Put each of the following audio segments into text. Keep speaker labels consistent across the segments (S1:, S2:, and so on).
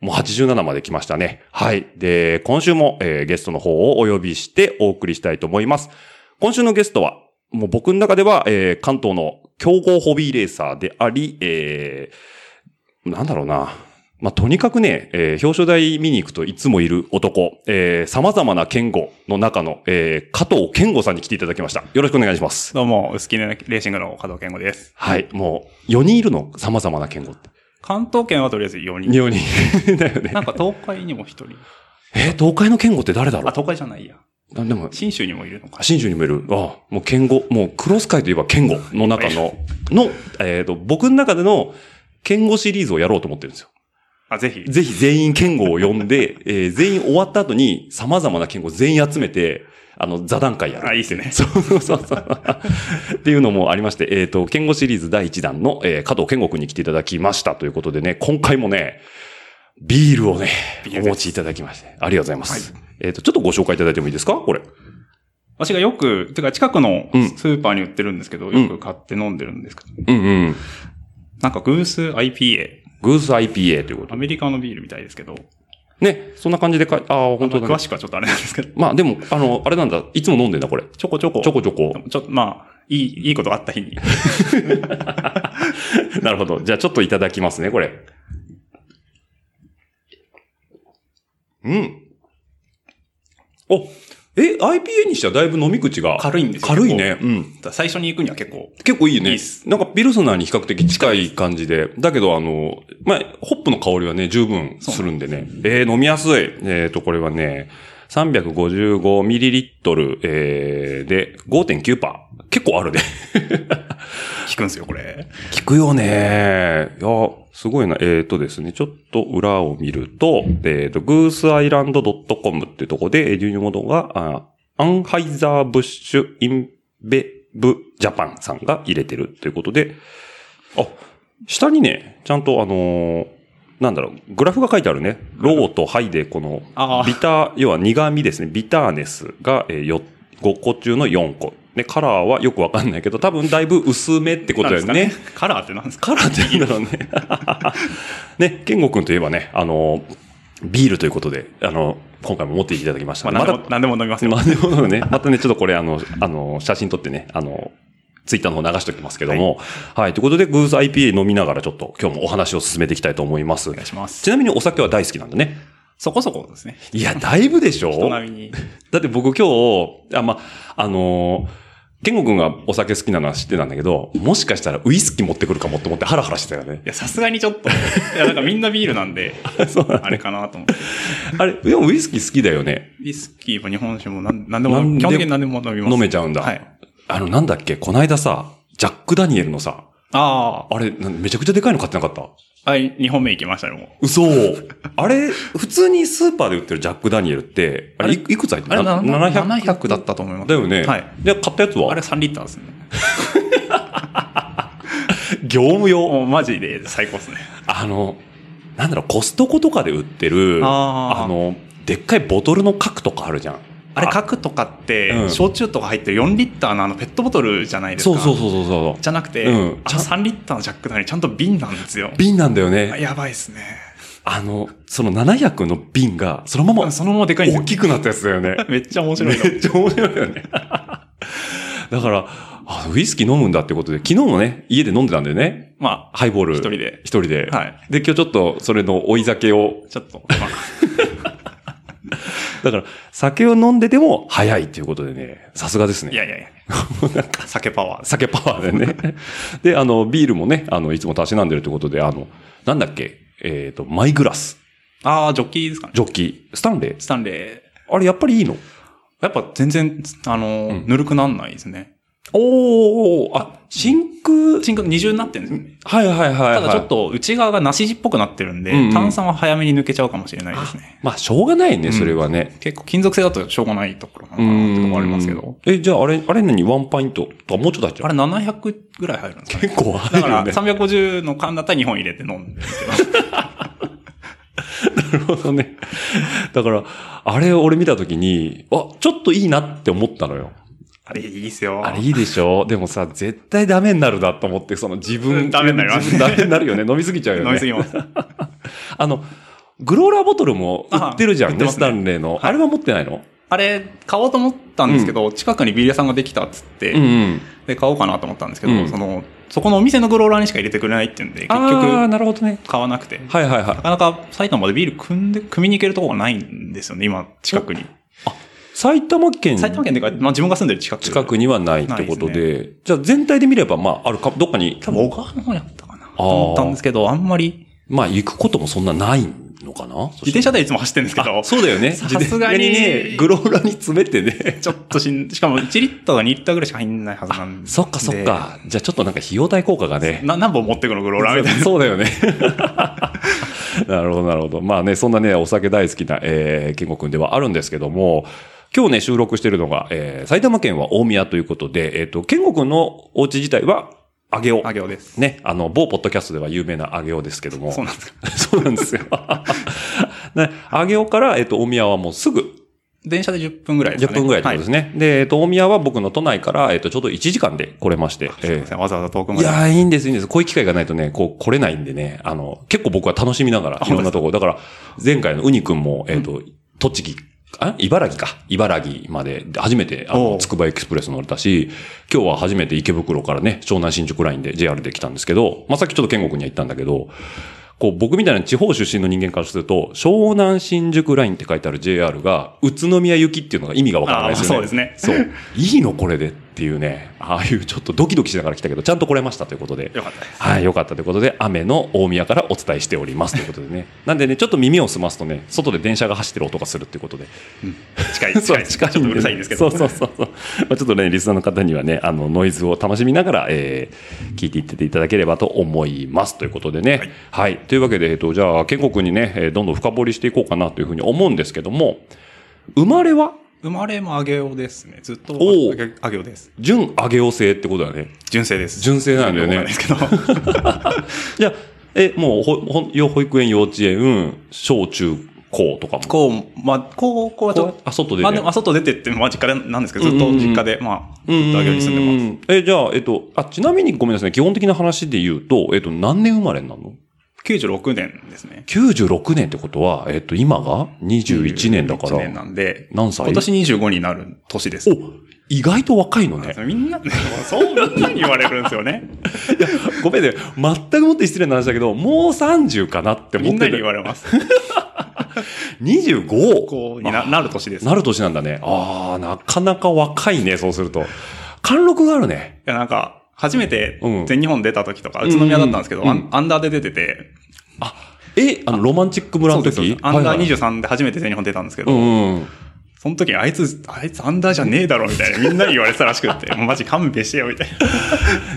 S1: もう87まで来ましたね。はい。で、今週も、えーゲストの方をお呼びしてお送りしたいと思います。今週のゲストは、もう僕の中では、えー関東の強豪ホビーレーサーであり、えーなんだろうな。まあ、とにかくね、えー表彰台見に行くといつもいる男、えー様々な健吾の中の、えー加藤健吾さんに来ていただきました。よろしくお願いします。
S2: どうも、薄切りのレーシングの加藤健吾です。
S1: はい。もう、4人いるの、様々な言語って。
S2: 関東圏はとりあえず4人。
S1: 4人。 だよね。
S2: なんか東海にも1人。
S1: えー東海の言語って誰だろ
S2: あ、東海じゃないや。
S1: うあでも、
S2: 信州にもいるのか。
S1: 新州にもいる。ああもう言語、もうクロス界といえば言語の中の、の、えっ、と、僕の中での言語シリーズをやろうと思ってるんですよ。
S2: あ、ぜひ。
S1: ぜひ全員剣豪を呼んで、 えー全員終わった後に様々な剣豪全員集めて、あの、座談会やる。
S2: あいいっすね
S1: そうそうそうそう。っていうのもありまして、えっ、と、剣豪シリーズ第1弾の、えー加藤健吾くんに来ていただきましたということでね、今回もね、ビールをね
S2: ビー、
S1: お
S2: ルです
S1: 持ちいただきまして、ありがとうございます。えっ、と、ちょっとご紹介いただいてもいいですかこれ。
S2: 私がよく、てか近くの
S1: うん
S2: スーパーに売ってるんですけど、よく買って飲んでるんですけど、
S1: うんうん。
S2: なんかグース IPA。
S1: グース IPA ということ
S2: アメリカのビールみたいですけど、
S1: で。ね、そんな感じでかい、ああ、本当だ、
S2: 詳
S1: ね。
S2: しくはちょっとあれなんですけど、
S1: まあでも、あの、あれなんだ、いつも飲んでんだ、これ。
S2: ちょこちょこ。
S1: ちょこちょこ。
S2: ちょっと、まあ、いい、いいことがあった日に。
S1: なるほど。じゃあちょっといただきますね、これ。うん。お、え、IPA にしてはだいぶ飲み口が。
S2: 軽いんですよ
S1: 軽いね。うん。
S2: 最初に行くには結構、
S1: 結構いいね。
S2: いいっす
S1: なんかピルスナーに比較的近い感じで。だけど、あの、まあ、ホップの香りはね、十分するんでね。えー、飲みやすい。えっ、ー、と、これはね、355ml、えー、で、5.9%。結構あるね。
S2: 効くんですよ、これ。
S1: 聞くよね。いや、すごいな。えっ、ー、とですね、ちょっと裏を見ると、えっ、ー、と、グースアイランド .com っていうとこで、えー輸入元が、あアンハイザーブッシュインベブジャパンさんが入れてるということで、あ、下にね、ちゃんとあのーなんだろう、グラフが書いてあるね。ローとハイで、この
S2: あ、ー
S1: ビター、要は苦味ですね。ビターネスが、えーよ5個中の4個。で、カラーはよくわかんないけど、多分だいぶ薄めってことだよ
S2: なんで
S1: ね
S2: す。かね。カラーってなんですか
S1: カラーって言うんだろうね。 ね、健吾くんといえばね、あの、ビールということで、あの、今回も持っていただきました、
S2: まあ、
S1: ね。
S2: なんで
S1: また、
S2: も、なんでも飲みますよ。
S1: まあ、でもね、またね、ちょっとこれ、あの、あの、写真撮ってね、あの、ツイッターの方流しておきますけども。はい、ということで、グーズ IPA 飲みながらちょっと今日もお話を進めていきたいと思います
S2: お。願いします。
S1: ちなみにお酒は大好きなんだね。
S2: そこそこですね。
S1: いや、だいぶでしょ
S2: 人並みに。
S1: だって僕今日、あ、ま、あのー、健吾くんがお酒好きなのは知ってたんだけど、もしかしたらウイスキー持ってくるかもって思ってハラハラしてたよね
S2: い。や、さすがにちょっと。いや、なんかみんなビールな んで、あれかなと思って。
S1: あれ、でもウイスキー好きだよね。
S2: ウイスキーも日本酒もなんなんで
S1: なん
S2: も、
S1: で
S2: 基本的に何でも飲みます。
S1: 飲めちゃうんだ。
S2: はい。
S1: あの、なんだっけ、こないださ、ジャック・ダニエルのさ、
S2: あ
S1: あれ、なんめちゃくちゃでかいの買ってなかった
S2: あ。はい、2本目行きましたね、もう。
S1: 嘘。あれ、普通にスーパーで売ってるジャック・ダニエルって、あれ、いいくつ入って
S2: あれ、
S1: る
S2: な
S1: な
S2: 700だったと思います。
S1: だよね。
S2: はい。
S1: で、買ったやつは
S2: あれ3リッターですね。
S1: 業務用。
S2: もうマジで最高ですね。
S1: あの、なんだろう、コストコとかで売ってる、
S2: あー
S1: あの、でっかいボトルの角とかあるじゃん。
S2: あれ、角とかって、
S1: うん
S2: 焼酎とか入ってる4リッターのあのペットボトルじゃないです
S1: そ
S2: か。
S1: うそうそうそうそう。
S2: じゃなくて、
S1: うん
S2: あの3リッターのジャックダニーちゃんと瓶なんで すよ。
S1: 瓶なんだよ
S2: あ
S1: ね。
S2: やばいですね。
S1: あの、その700の瓶が、そのまま
S2: そのままでかいんです
S1: 大
S2: よ。
S1: きくなったやつだよね。
S2: めっちゃ面白いな。
S1: めっちゃ面白いよね。だから、あウイスキー飲むんだってことで、昨日もね、家で飲んでたんだよね。
S2: まあ、
S1: ハイボール。
S2: 一人で
S1: 一人で。
S2: はい。
S1: で、今日ちょっと、それの追い酒を。
S2: ちょっと、まあ。
S1: だから、酒を飲んでても早いっていうことでね、さすがですね。
S2: いやいやいや。 酒パワーです。
S1: 酒パワーで ね。で、あの、ビールもね、あの、いつもたしなんでるってことで、あの、なんだっけ、えっ、と、マイグラス、
S2: ああ、ジョッキーですかね。
S1: ジョッキ、スタンレー。
S2: スタンレー。
S1: あれ、やっぱりいいの
S2: やっぱ全然、あのー、
S1: うん
S2: ぬるくなんないですね。
S1: おー、あ、真空、
S2: 真空二重になってるんですよね。
S1: はいはいはい、はい。
S2: ただちょっと内側が梨地っぽくなってるんで、
S1: うんうん
S2: 炭酸は早めに抜けちゃうかもしれないですね。
S1: まあ、しょうがないね、それはね。
S2: 結構金属製だとしょうがないところなのかなってとこありますけど。。
S1: え、じゃああれ、あれ何ワンパイントとかもうちょっと入っちゃ
S2: あ
S1: う
S2: れ700ぐらい入るん ですかね。
S1: 結構
S2: だ
S1: 入
S2: か
S1: る
S2: ら
S1: ね。
S2: 350の缶だったら2本入れて飲んでるんですけど。
S1: なるほどね。だから、あれ俺見たときに、あ、ちょっといいなって思ったのよ。
S2: あれいいっすよ。
S1: あれいいでしょでもさ、絶対ダメになるなと思って、その自
S2: う
S1: 分。
S2: んダメになります
S1: 自分ダメになるよね。飲みすぎちゃうよね。
S2: 飲みすぎます。
S1: あの、グローラーボトルも売ってるじゃん、
S2: あ売
S1: ね
S2: ってます
S1: ス
S2: ね
S1: タンレーの。あれは持ってないの、
S2: あれ、買おうと思ったんですけど、近くにビール屋さんができたっつって、
S1: うんうん。
S2: で、買おうかなと思ったんですけど、
S1: うん
S2: その、そこのお店のグローラーにしか入れてくれないっていうんで、結
S1: ああ、
S2: 局、
S1: なるほどね。
S2: 買わなくて。
S1: はいはいはい
S2: な。かなか埼玉までビール組んで、組みに行けるとこがないんですよね、今、近くに。
S1: 埼玉県
S2: 埼玉県でか、まあ自分が住んでる近く。
S1: 近くにはないってこと
S2: ない
S1: で、じゃあ全体で見れば、まあ、あるか、どっかに、
S2: 多分小川の方にあったかな。と思ったんですけど、あんまり、
S1: まあ、行くこともそんなないのかな
S2: 自転車でいつも走ってるんですけど、
S1: そうだよね。
S2: さすがに
S1: 自転車ね、グローラに詰めてね。
S2: ちょっとしん、しかも1リットルが2リットルぐらいしか入んないはずなんで。
S1: そっかそっ。か。じゃあちょっとなんか費用対効果がね。
S2: な、何本持ってくのグローラーみたい な。
S1: そうだよね。なるほど、なるほど。まあね、そんなね、お酒大好きな、えー、健吾くんではあるんですけども、今日ね、収録してるのが、えー、埼玉県は大宮ということで、えっ、と、健吾くんのお家自体は、あげお。
S2: あげおです。
S1: ね、あの、某ポッドキャストでは有名なあげおですけども。
S2: そうなんですか。
S1: そうなんですよ。ね、あげおから、えっ、と、大宮はもうすぐ、
S2: 電車で10分ぐらいです
S1: 10
S2: かね。
S1: 分ぐらいってことですね。で、えっ、と、大宮は僕の都内から、えっ、と、ちょうど1時間で来れまして。
S2: はいすいませんわざわざ遠くま
S1: い
S2: で。
S1: やー、いいんです、いいんです。こういう機会がないとね、こう、来れないんでね、あの、結構僕は楽しみながら、いろんなところ。だから、前回のウニ君も、えっ、と、栃木、あ茨城か。茨城まで、初めて、あ
S2: お
S1: の、
S2: う
S1: つくばエクスプレス乗れたし、今日は初めて池袋からね、湘南新宿ラインで JR で来たんですけど、まあ、さっきちょっと健吾君には言ったんだけど、こう、僕みたいな地方出身の人間からすると、湘南新宿ラインって書いてある JR が、宇都宮行きっていうのが意味がわからない
S2: あ
S1: で
S2: ー
S1: すよね。
S2: そうですね。
S1: そう。いいのこれでっていうね、ああいうちょっとドキドキしながら来たけど、ちゃんと来れましたということで。
S2: よかったです。
S1: はい、よかったということで、雨の大宮からお伝えしておりますということでね。なんでね、ちょっと耳を澄ますとね、外で電車が走ってる音がするっていうこと で。
S2: 近い、近い、近い。ちょっとうるさいんですけど。
S1: そうそうそうそう。まあ、ちょっとね、リスナーの方にはね、あの、ノイズを楽しみながら、えー、聞いていっていただければと思います。ということでね。は
S2: はいい。
S1: というわけで、えっと、じゃあ、健吾君にね、えーどんどん深掘りしていこうかなというふうに思うんですけども、生まれは
S2: 生まれもあげおですね。ずっと
S1: おう
S2: あげあげおです。
S1: 純上げお性ってことだね。
S2: 純正です。
S1: 純正なんだよね
S2: わかないですけど。
S1: じゃあ、え、もうほ、ほん、よ保育園、幼稚園、小中高とかも。
S2: こう、まあ、高校はちょっと、
S1: あ、外で、ね。
S2: まあでも、あ外出てって、まあ実家でなんですけど、ずっと実家で、まあ、ずっとあげおに住んでます。
S1: ます。え、じゃあ、えっと、あ、ちなみにごめんなさいね。基本的な話で言うと、えっと、何年生まれになるの
S2: 96年ですね。
S1: ?96 年ってことは、えっと、今が21年だか
S2: 1
S1: ら
S2: 年。なんで、
S1: 何歳
S2: 今年25になる年です。
S1: お、意外と若いのね。
S2: みんな、そう、みんなに言われるんですよ ね。
S1: ごめんね。全くもって失礼な話だけど、もう30かなって
S2: み
S1: 思
S2: ん
S1: って
S2: なに言
S1: る。
S2: われます。
S1: 25!
S2: こうにななる年です。い
S1: なる年なんだね。ああ、なかなか若いね、そうすると。貫禄があるね。
S2: や、なんか、初めて
S1: うん
S2: 全日本出た時とか、宇都宮だったんですけど、
S1: うん
S2: アンアンダーで出てて、
S1: え、あの、ロマンチック村
S2: そ
S1: の
S2: うですそうで
S1: 時
S2: すアンダー
S1: はいはい
S2: 23で初めて全日本出たんですけ
S1: う
S2: ど、
S1: んうん。
S2: その時にあいつ、あいつアンダーじゃねえだろ、みたいな、みんなに言われてたらしく って、もうマジ勘弁してよ、みたいな。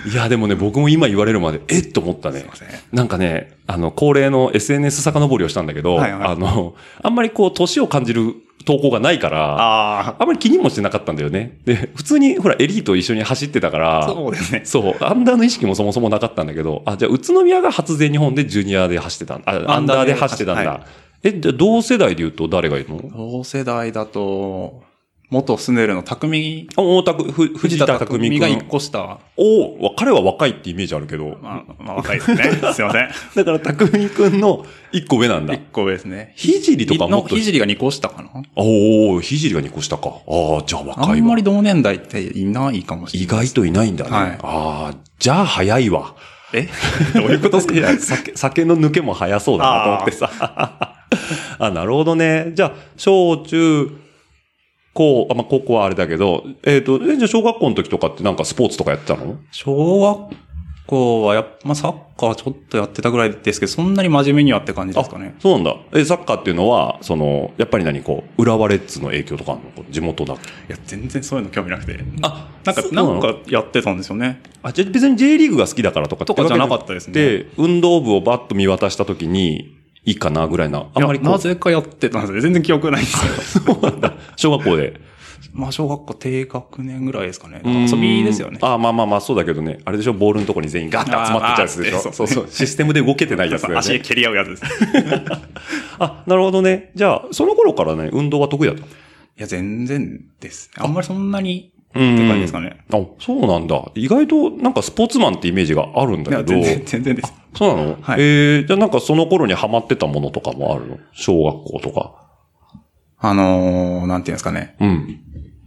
S2: すい
S1: いや、でもね、僕も今言われるまで、えっと思ったね
S2: ま。せん。
S1: なんかね、あの、恒例の SNS 遡りをしたんだけど、
S2: はいはい
S1: あの、あんまりこう、年を感じる投稿がないから、あ
S2: あ
S1: んまり気にもしてなかったんだよね。で、普通に、ほら、エリート一緒に走ってたか
S2: あ、
S1: ら、
S2: そうですね。
S1: そうアンダーの意識もそもそもなかったんだけど、あ、じゃあ、宇都宮が初全日本でジュニアで走ってたんあ、ア
S2: ア
S1: ン
S2: ン
S1: ダ
S2: ダ
S1: ー
S2: ー
S1: で
S2: で
S1: 走ってたんだ。
S2: は
S1: え、じゃあ同世代で言うと誰がいるの
S2: 同世代だと、元スネルの匠、
S1: あ、大田区、ふ藤
S2: 藤
S1: 田
S2: 田
S1: 匠
S2: 匠
S1: 君
S2: が一個下。
S1: おお、彼は若いってイメージあるけど、
S2: まあ、まあ、若い ですね。すいません。
S1: だから、匠くんの一個上なんだ
S2: 一。個上ですね。
S1: ひじりとかもっ
S2: の、
S1: と。
S2: ひじりが2個下かな
S1: おお、ひじりが2個下か。ああ、じゃあ
S2: あ
S1: 若い
S2: んま
S1: わ。
S2: り同年代っていないかもしれ
S1: 意
S2: ない。
S1: 外といないんだね。
S2: はい
S1: ああ、じゃあ早いわ。
S2: え どういうことですか
S1: 酒酒の抜けも早そうだなと思ってさ。 あなるほどね。じゃあ、小中、高、あ、まあ、高校はあれだけど、えっ、と、えじゃあ小学校の時とかってなんかスポーツとかやってたの
S2: 小学カーはやっ、まあ、サッカーはちょっとやってたぐらいですけど、そんなに真面目にはって感じですかね。
S1: そうなんだ。え、サッカーっていうのは、その、やっぱり何こう、浦和レッズの影響とかあるのこう地元だっけ
S2: いや、全然そういうの興味なくて。
S1: あ
S2: なんか、なんかやってたんですよね。
S1: あ、じゃあ別に J リーグが好きだからとか
S2: とかじゃなかったですね
S1: で、運動部をバッと見渡したときに、いいかなぐらいな。あんまり
S2: い
S1: こ
S2: やな
S1: う、
S2: ぜかやってたんですよ。全然記憶ないんですよ。
S1: 小学校で。
S2: まあ、小学校低学年ぐらいですかね。遊びですよね。
S1: あまあまあまあ、そうだけどね。あれでしょボールのとこに全員ガッて集まってっちゃうやつでしょ
S2: あーあー
S1: そうそう。システムで動けてないやつだよね。
S2: 足蹴り合うやつ です。
S1: あ、なるほどね。じゃあ、その頃からね、運動は得意だった。
S2: いや、全然です。あんまりそんなに、って
S1: ん
S2: 感じですかね。
S1: あ、そうなんだ。意外となんかスポーツマンってイメージがあるん
S2: いや、
S1: だけど
S2: 全。然、 全然です。
S1: そうなの、
S2: はい
S1: えー、じゃあなんかその頃にハマってたものとかもあるの小学校とか。
S2: あのー、なんていうんですかね。
S1: うん。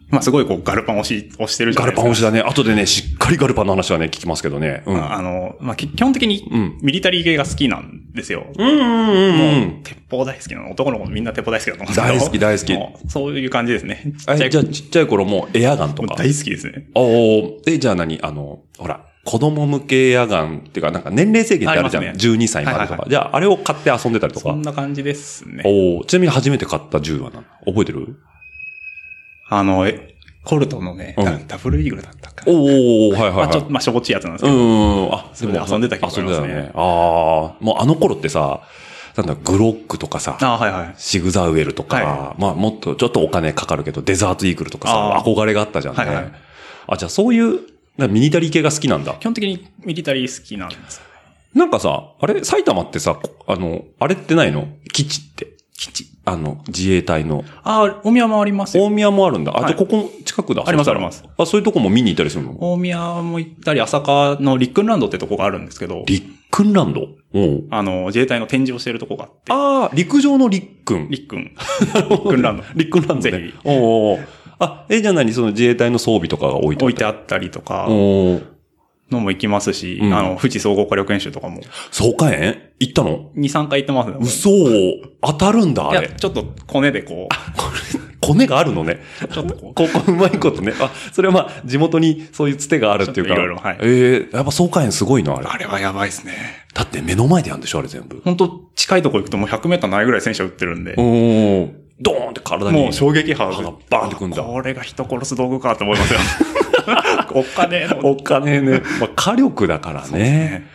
S2: まあ、すごいこう、ガルパン押し、押してるじゃ
S1: ガ
S2: な
S1: ル
S2: いです
S1: パ
S2: か。
S1: ン推しだね。後でね、しっかりガルパンの話はね、聞きますけどね。うん。
S2: ああの、まあ、き基本的に
S1: うん、
S2: ミリタリー系が好きなんですよ。
S1: うんうんうんう。
S2: もうん鉄砲大好きなの。男の子みんな鉄砲大好きだと思うんですけど。
S1: 大好き大好き
S2: もうそういう感じですね。ちっちゃ
S1: え
S2: い
S1: じゃあちっちゃい頃もうエアガンと
S2: もう
S1: か。
S2: 大好きですね。
S1: おおえ、じゃあ何あの、ほら、子供向けエアガンっていうか、なんか年齢制限ってあるじゃん。
S2: あります
S1: 12歳までとか、
S2: はいはいは
S1: じゃあ、あれを買って遊んでたりと
S2: そ
S1: か
S2: ん。な感じですね。
S1: おおちなみに初めて買った銃は何覚えてる
S2: あの、えコルトのね、
S1: うん
S2: ダダブルイーグルだったか
S1: お
S2: ら。
S1: おはいはい、はい。
S2: まあ、ちょっと、まあ、しょぼっちいやつなんです
S1: う
S2: けど。
S1: ん。あ、
S2: それで遊んでた記憶あ
S1: 遊
S2: り
S1: んで
S2: ます
S1: た
S2: ね
S1: ね。ああ。もうあの頃ってさ、なんだ、グロックとかさ、
S2: あはいはい。
S1: シグザウエルとか、
S2: は
S1: まあもっとちょっとお金かかるけど、デザートイーグルとかさ
S2: あ、ー
S1: 憧れがあったじゃんね。
S2: はいはい
S1: あ、じゃあそういう、なんかミニタリー系が好きなんだ
S2: 基。本的にミリタリー好きなんですよね。
S1: なんかさ、あれ埼玉ってさ、こあの、あれってないの基地って。基地。あの、自衛隊の。
S2: あ、大宮もありますよ。
S1: 大宮もあるんだ。あ、
S2: はい
S1: じゃあここも近くだ。
S2: あります
S1: そしたら
S2: あります。
S1: あ、そういうとこも見に行ったりするの
S2: 大宮も行ったり、朝霞のリックンランドってとこがあるんですけど、
S1: リックンランド。おう
S2: あの、自衛隊の展示をしてるとこがあって、
S1: ああ、陸上のリックン。
S2: リックン、リックンランド。
S1: リックンランドね
S2: ぜひ。
S1: おうおうおうあ、え、じゃあ何その自衛隊の装備とかが置いてあっ
S2: 置い
S1: た
S2: てあったりとか、
S1: おう
S2: のも行きますし、
S1: うん
S2: あの、富士総合火力演習とかも、
S1: 爽快園行ったの
S2: 2、3回行ってますね。
S1: 嘘当たるんだ、
S2: い
S1: あ
S2: や、
S1: れ。
S2: ちょっとコネでこう、
S1: コネがあるのね。
S2: ちょっとこう、
S1: ここうまいことね。あ、それはまあ、地元にそういうつてがあるっていうか。
S2: ちょっといろいろはい
S1: ええやっぱ爽快園すごいな、あれ。
S2: あれはやばいですね。
S1: だって目の前でやるんでしょ、あれ全部。
S2: 本当近いとこ行くともう100メーターないぐらい戦車撃ってるんで
S1: お、おドーンって体に。
S2: もう衝撃波
S1: 歯が
S2: が
S1: バーンってくんだ
S2: これが人殺す道具かと思いますよ。 お金の。
S1: お金ね。まあ、火力だから
S2: そうです
S1: ね。。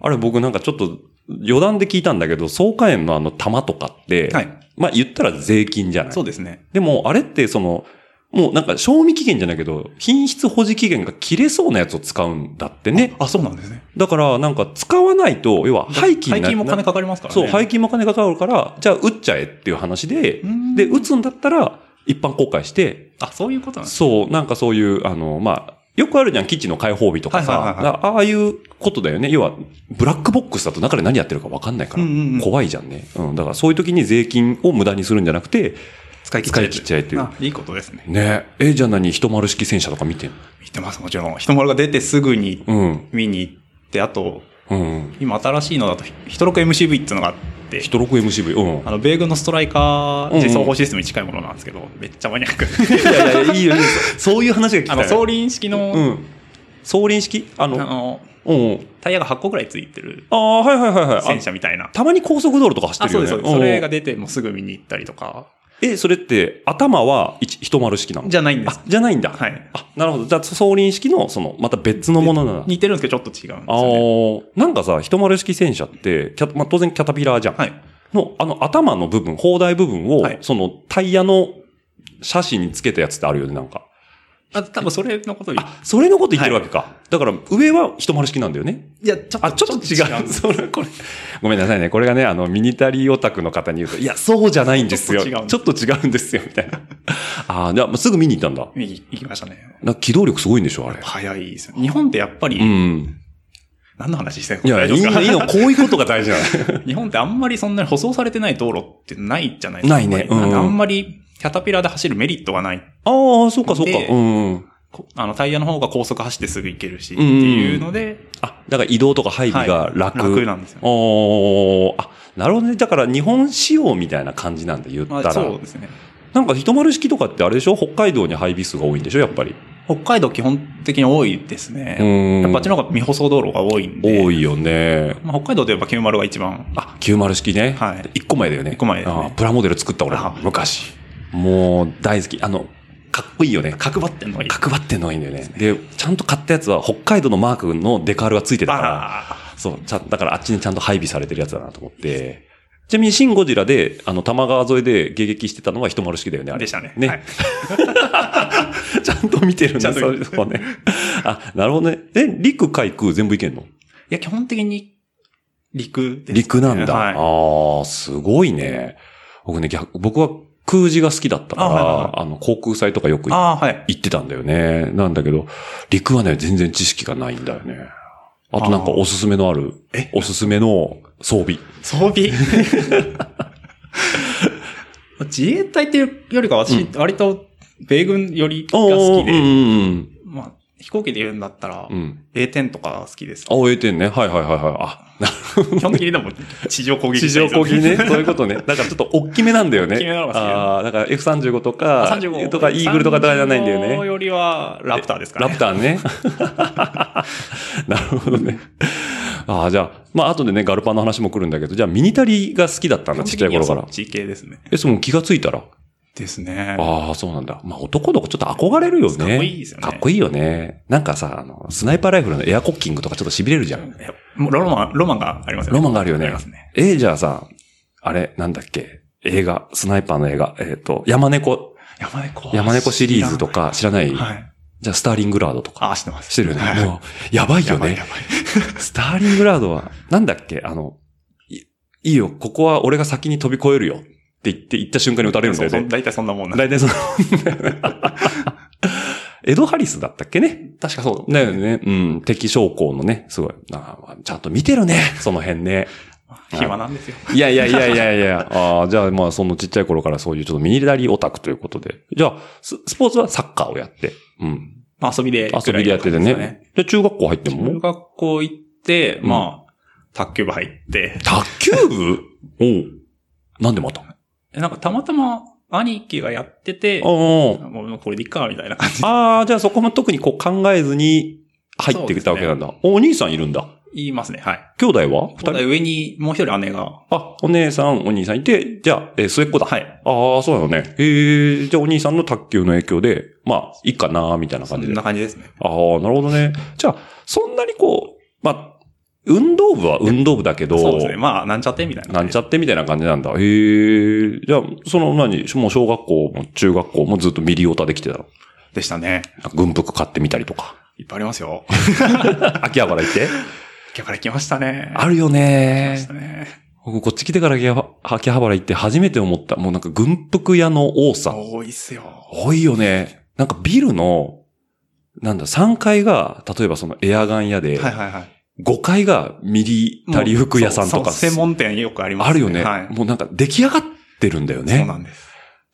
S1: あれ僕なんかちょっと余談で聞いたんだけど、総会園のあの玉とかって、
S2: はい
S1: まあ言ったら税金じゃない。
S2: そうですね。
S1: でもあれってその、もうなんか賞味期限じゃないけど、品質保持期限が切れそうなやつを使うんだってね。
S2: あ、そうなんですね。
S1: だからなんか使わないと、要は廃棄にな
S2: 廃棄も金
S1: か
S2: かかりますからね。
S1: そう、廃棄も金かかるから、じゃあ売っちゃえっていう話で
S2: う、ん
S1: で、打つんだったら一般公開して、
S2: あ、そういうことなんです
S1: そう、なんかそういう、あの、まあ、よくあるじゃん、基地の開放日とかさ。
S2: はいはいはいはい
S1: だああいうことだよね。要は、ブラックボックスだと中で何やってるか分かんないから、
S2: うんうんうん
S1: 怖いじゃんね。うん、だからそういう時に税金を無駄にするんじゃなくて、
S2: 使い
S1: 使い切っちゃえっていう
S2: あ。いいことですね。
S1: ねえ、じゃあ何、一丸式戦車とか見てん
S2: 見てます、もちろん。人丸が出てすぐに
S1: のうん。
S2: 見に行って、あと、
S1: うん。
S2: 今新しいのだと、ヒトロク MCV っていうのがあって、
S1: ヒトロク MCV。うん
S2: あ。の、米軍のストライカー自走砲システムに近いものなんですけど、めっちゃマニアック。
S1: いやいや、いいよ、いいよ。そういう話が聞きた
S2: あ
S1: い。
S2: の、送輪式
S1: う
S2: の、
S1: ん。送輪式あ
S2: あ
S1: の、
S2: の、
S1: うん。
S2: タイヤが8個ぐらいついてる
S1: ああ、はいはいはいはい
S2: 戦
S1: あ。
S2: 車みたいな。
S1: たまに高速道路とか走っ
S2: あ、
S1: てる
S2: そ
S1: よ
S2: うで
S1: ね。
S2: す、そうです。それが出て、もうすぐ見に行ったりとか、
S1: うんえ、それって、頭は一一丸式なの
S2: じゃないんです
S1: あ。、じゃないんだ。
S2: はい。
S1: あ、なるほど。じゃあ、送輪式の、その、また別のものなんだ。
S2: 似てるんですけど、ちょっと違うんです
S1: あ
S2: よね。
S1: ーなんかさ、一丸式戦車って、キャまあ、当然キャタピラーじゃん。
S2: はい。
S1: の、あの、頭の部分、砲台部分を、
S2: はい
S1: その、タイヤの車子につけたやつってあるよね、なんか。
S2: あ、多分それのことを言う
S1: あ、それのこと言ってるわけか。だから、上は一丸式なんだよね。
S2: いや、ちょっ
S1: あ、ちょっと違う。 それ、これ。ごめんなさいね。これがね、あの、ミニタリーオタクの方に言うと、いや、そうじゃないんですよ。
S2: ち
S1: ち
S2: ょっと違うん
S1: ょっと違うんですよ、みたいな。 ああ、じゃあ、もうすぐ見に行ったんだ。
S2: 見に行きましたね。
S1: なんか機動力すごいんでしょ、あれ。
S2: 早いですよ。日本ってやっぱり、
S1: うん。
S2: 何の話してる
S1: いや、いいの、いいの、
S2: か。
S1: こういうことが大事なの。
S2: 日本ってあんまりそんなに舗装されてない道路ってないじゃないですか。
S1: ないね
S2: あんまり
S1: うん
S2: あんまり、キャタピラで走るメリットがない。
S1: ああ、そうか、そうか。
S2: で
S1: うんうん。
S2: こあの、タイヤの方が高速走ってすぐ行けるし、っ
S1: うん
S2: て
S1: うん
S2: いうので、
S1: あ、だから移動とか配備が楽。
S2: はい楽なんですよね
S1: おーあ、なるほどね。だから日本仕様みたいな感じなんだ、言った
S2: ま
S1: ら。
S2: あ、そうですね。
S1: なんか、一丸式とかってあれでしょ北海道に配備数が多いんでしょやっぱり。
S2: 北海道基本的に多いですね。
S1: うん
S2: やっぱあっちの方が未舗装道路が多いんで。
S1: 多いよね。
S2: まあ、北海道で言えば90が一番。
S1: あ、90式ね。
S2: はい
S1: 一個前だよね。
S2: 一個前ですね
S1: あプラモデル作った俺
S2: あ、
S1: 昔。もう、大好き。あの、かっこいいよね。
S2: 角張ってんのがいい。
S1: 角張ってんのがいいんだよね。で、ちゃんと買ったやつは北海道のマークのデカールがついてたから。
S2: あ
S1: そう、ちゃん、だからあっちにちゃんと配備されてるやつだなと思って。ちなみに、シン・ゴジラで、あの、玉川沿いで迎撃してたのは一丸式だよね、あ
S2: ら
S1: れ。
S2: でしたね。
S1: ね。
S2: はい
S1: ちゃんと見てるん
S2: ちゃ
S1: だ、
S2: んと
S1: そうい
S2: 見
S1: う
S2: て
S1: とこね。あ、なるほどね。え、陸、海、空全部いけんの
S2: いや、基本的に陸です、
S1: 陸なんだ。
S2: はい
S1: ああ、すごいね。僕ね、逆、僕は空自が好きだったから、あ,、
S2: あはいはい
S1: の、航空祭とかよく行
S2: ああ、はい。
S1: 行ってたんだよね。なんだけど、陸はね、全然知識がないんだよね。あとなんか
S2: あー
S1: おすすめのある、
S2: え
S1: おすすめの装備。
S2: 装備。 自衛隊っていうよりかは私、割と米軍よりが好き
S1: うん
S2: で、
S1: うん
S2: まあ、飛行機で言うんだったら
S1: うん。う、ん。
S2: A10 とか好きです。
S1: あ、終えてんね。はいはいはいはい。あ、な
S2: 基本的にでも地上攻撃
S1: 地上攻撃ね。 そういうことね。なんかちょっと大きめなんだよね。
S2: 大きめなのが好きだよ
S1: ああ、だから F35 とか、
S2: 35
S1: とかイーグルとかじゃないんだよね
S2: 35。よりはラプターですかね。
S1: ラプター ね。なるほどね。ああ、じゃあ、まあ後でね、ガルパンの話も来るんだけど、じゃあミニタリが好きだったんだ、ちっちゃい頃から。
S2: 地系ですね。
S1: え、その気がついたら。
S2: ですね。
S1: ああ、そうなんだ。まあ男の子ちょっと憧れるよね。
S2: かっこいいですよね
S1: かっこいいよね。なんかさ、あの、スナイパーライフルのエアコッキングとかちょっと痺れるじゃん。
S2: いやもうロマン、ロマンがありますよね。
S1: ロマンがあるよね
S2: ありますね。
S1: えーじゃあさ、あれ、なんだっけ。映画、スナイパーの映画、えっ、と、山猫、
S2: 山猫。
S1: 山猫シリーズとか知らない。
S2: 知らない。はい。
S1: じゃあ、スターリングラードとか。
S2: あ、知ってます。
S1: してるよね。
S2: はい
S1: もう、やばいよ
S2: やば
S1: ね
S2: い。やばい。
S1: スターリングラードは、なんだっけあの、いいいよ、ここは俺が先に飛び越えるよって言って、行った瞬間に撃たれるんだよ
S2: そうそ
S1: ね
S2: う。大体そんなもんなんで
S1: 大体その、 エド・ハリスだったっけね
S2: 確かそう。
S1: だよね。うん。敵将校のね、すごい。あーちゃんと見てるね、その辺ね。
S2: 暇なんですよ。
S1: いやいやいやいやい や。ああ、じゃあまあそのちっちゃい頃からそういうちょっとミニタリーオタクということで。じゃあ、ススポーツはサッカーをやって。うん。
S2: まあ遊びで。
S1: 遊びでやっててね。じゃあ中学校入って
S2: 中
S1: も
S2: 学校行って、
S1: うん
S2: まあ、卓球部入って、
S1: 卓球部おうなんでまた
S2: えなんかたまたま兄貴がやってて、
S1: おう
S2: もうこれでいいか、みたいな感じ。
S1: ああ、じゃあそこも特にこう考えずに入ってきたわけなんだ。おお兄さんいるんだ。
S2: 言いますね、はい。
S1: 兄弟は二
S2: ただ
S1: 人
S2: 上にもう一人姉が、
S1: あ、お姉さん、お兄さんいて、じゃあ、えー末っ子だ。
S2: はい。
S1: ああ、そうなのね。へえ、じゃあお兄さんの卓球の影響で、まあ、いいかなーみたいな
S2: そ
S1: 感じ
S2: ん
S1: で。
S2: な
S1: あ
S2: 感じですね。
S1: あー、なるほどね。じゃあ、そんなにこう、まあ、運動部は運動部だけど、
S2: そうですね。まあ、なんちゃってみたいな。
S1: なんちゃってみたいな感じなんだ。へえ、じゃあ、その何、もう小学校も中学校もずっとミリオタできてたの。
S2: でしたね。
S1: なんか軍服買ってみたりとか。
S2: いっぱいありますよ。
S1: 秋葉原行 って。
S2: 今日から来ましたね。
S1: あるよ
S2: 来ま
S1: ね
S2: したね。
S1: 僕、こっち来てから秋葉秋葉原行って初めて思った。もうなんか軍服屋の多さ。
S2: 多いっすよ。
S1: 多いよね。なんかビルの、なんだ、3階が、例えばそのエアガン屋で、
S2: はいはいはい。
S1: 5階がミリタリー服屋さんとか、
S2: そうそう専門店よくあります、
S1: あるよね、
S2: はい。
S1: もうなんか出来上がってるんだよ
S2: そう
S1: ね
S2: な。んです。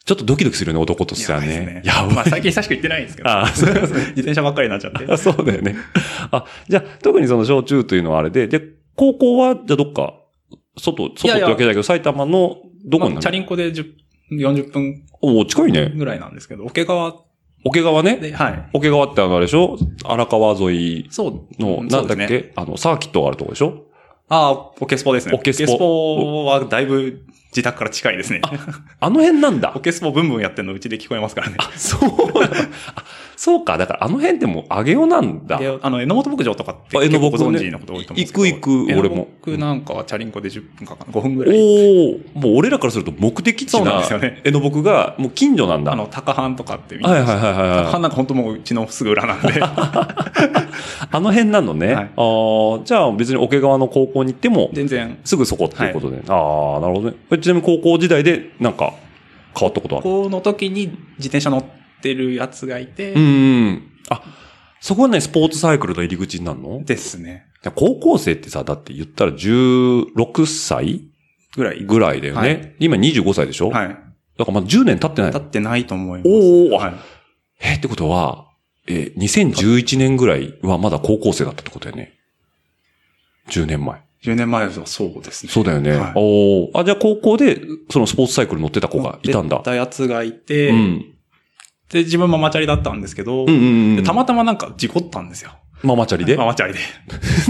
S1: ちょっとドキドキするよね、男としてはね。やば
S2: まあ
S1: い。
S2: 最近久しく行ってないんですけど。
S1: あーそうですね
S2: 自転車ばっかりになっちゃっ て。
S1: あそうだよね。あ、じゃあ、特にその小中というのはあれで、で、高校は、じゃあどっか、外、外ってわけだけど、埼玉の、どこに
S2: ま
S1: な
S2: あチャ
S1: る
S2: リンコで10 40分
S1: おお近いね。
S2: ぐらいなんですけど、桶川
S1: 桶川ね。
S2: で、はい。
S1: 桶川ってあのあれでしょ荒川沿い
S2: そう。
S1: の、な
S2: う
S1: んだっ
S2: そうですね
S1: け、あの、サーキットがあるとこでしょ
S2: ああ、オケスポですね。
S1: オケスポ
S2: はだいぶ自宅から近いですね。
S1: あの辺なんだ
S2: オ。ケスポブンブンやってるのうちで聞こえますからね。
S1: そう だ。あそうか。だからあの辺ってもう上げよなんだ。
S2: であの、榎本牧場とかって
S1: あ榎
S2: 結
S1: 本
S2: 構ご
S1: ね
S2: 存知のこと多いと思うんですけど。
S1: 行く行く俺も
S2: 榎本なんかはチャリンコで10分かかな。5分ぐ
S1: お
S2: らい。
S1: おもう俺らからすると目的地
S2: そうなん
S1: な
S2: ですよね、
S1: 絵の僕が、もう近所なんだ。
S2: あ
S1: はい
S2: の、高藩とかって見て
S1: はいはいは
S2: い。
S1: い
S2: 高
S1: はい。
S2: 藩なんか本当もううちのすぐ裏なんで。
S1: あの辺なのね。
S2: は
S1: あ
S2: い
S1: あ、じゃあ別に桶川の高校に行っても、
S2: 全然
S1: すぐそこっていうことで。ああ、なるほどね。えちなみに高校時代でなんか変わったことある
S2: 高校の時に自転車乗ってるやつがいて、
S1: うんうん。あ、そこはね、スポーツサイクルの入り口になるの
S2: ですね。
S1: 高校生ってさ、だって言ったら16歳
S2: ぐらい。
S1: ぐらいだよね。
S2: はい
S1: 今25歳でしょ
S2: はい。
S1: だからまあ10年経ってない
S2: 立。ってないと思います。
S1: おー
S2: はい、
S1: え、ってことは、えー、2011年ぐらいはまだ高校生だったってことだよね。10年前。
S2: 10年前はそうですね。
S1: そうだよね。
S2: はい
S1: おおあ、じゃあ高校で、そのスポーツサイクル乗ってた子がいたんだ
S2: 乗っ。たやつがいて、
S1: うん。
S2: で、自分ママチャリだったんですけど、
S1: うんうんうん
S2: でたまたまなんか事故ったんですよ。
S1: ママチャ リで
S2: ママチャリで。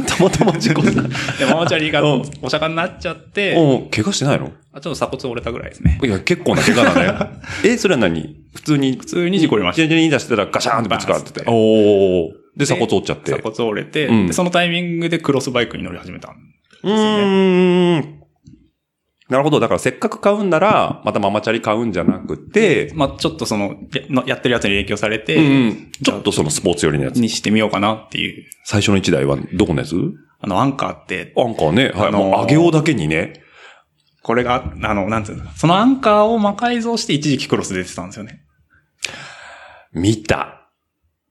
S1: たまたま事故 した。
S2: で、ママチャリが
S1: うん
S2: お釈迦になっちゃって、
S1: うん、怪我してないの
S2: あちょっと鎖骨折れたぐらいですね。
S1: いや、結構な怪我だ ね。え、それは何普通に、普
S2: 通に事故りました
S1: 自転車に出してたらガシャーンってぶつかってて。
S2: バ
S1: おー。で、鎖骨折っちゃって。
S2: 鎖骨折れて、
S1: うん
S2: でそのタイミングでクロスバイクに乗り始めたんで
S1: う
S2: すよね。
S1: ーん。なるほど。だからせっかく買うんなら、またママチャリ買うんじゃなくて、
S2: まあちょっとそのやの、やってるやつに影響されて、
S1: うんうん。ちょっとそのスポーツ寄りのやつ。
S2: にしてみようかなっていう。
S1: 最初の一台はどこのやつ
S2: あの、アンカーって、
S1: アンカーね。はい。
S2: あの
S1: も
S2: ー
S1: う上げようだけにね。
S2: これが、あの、なんつうの、そのアンカーを魔改造して一時期クロス出てたんですよね。
S1: 見た。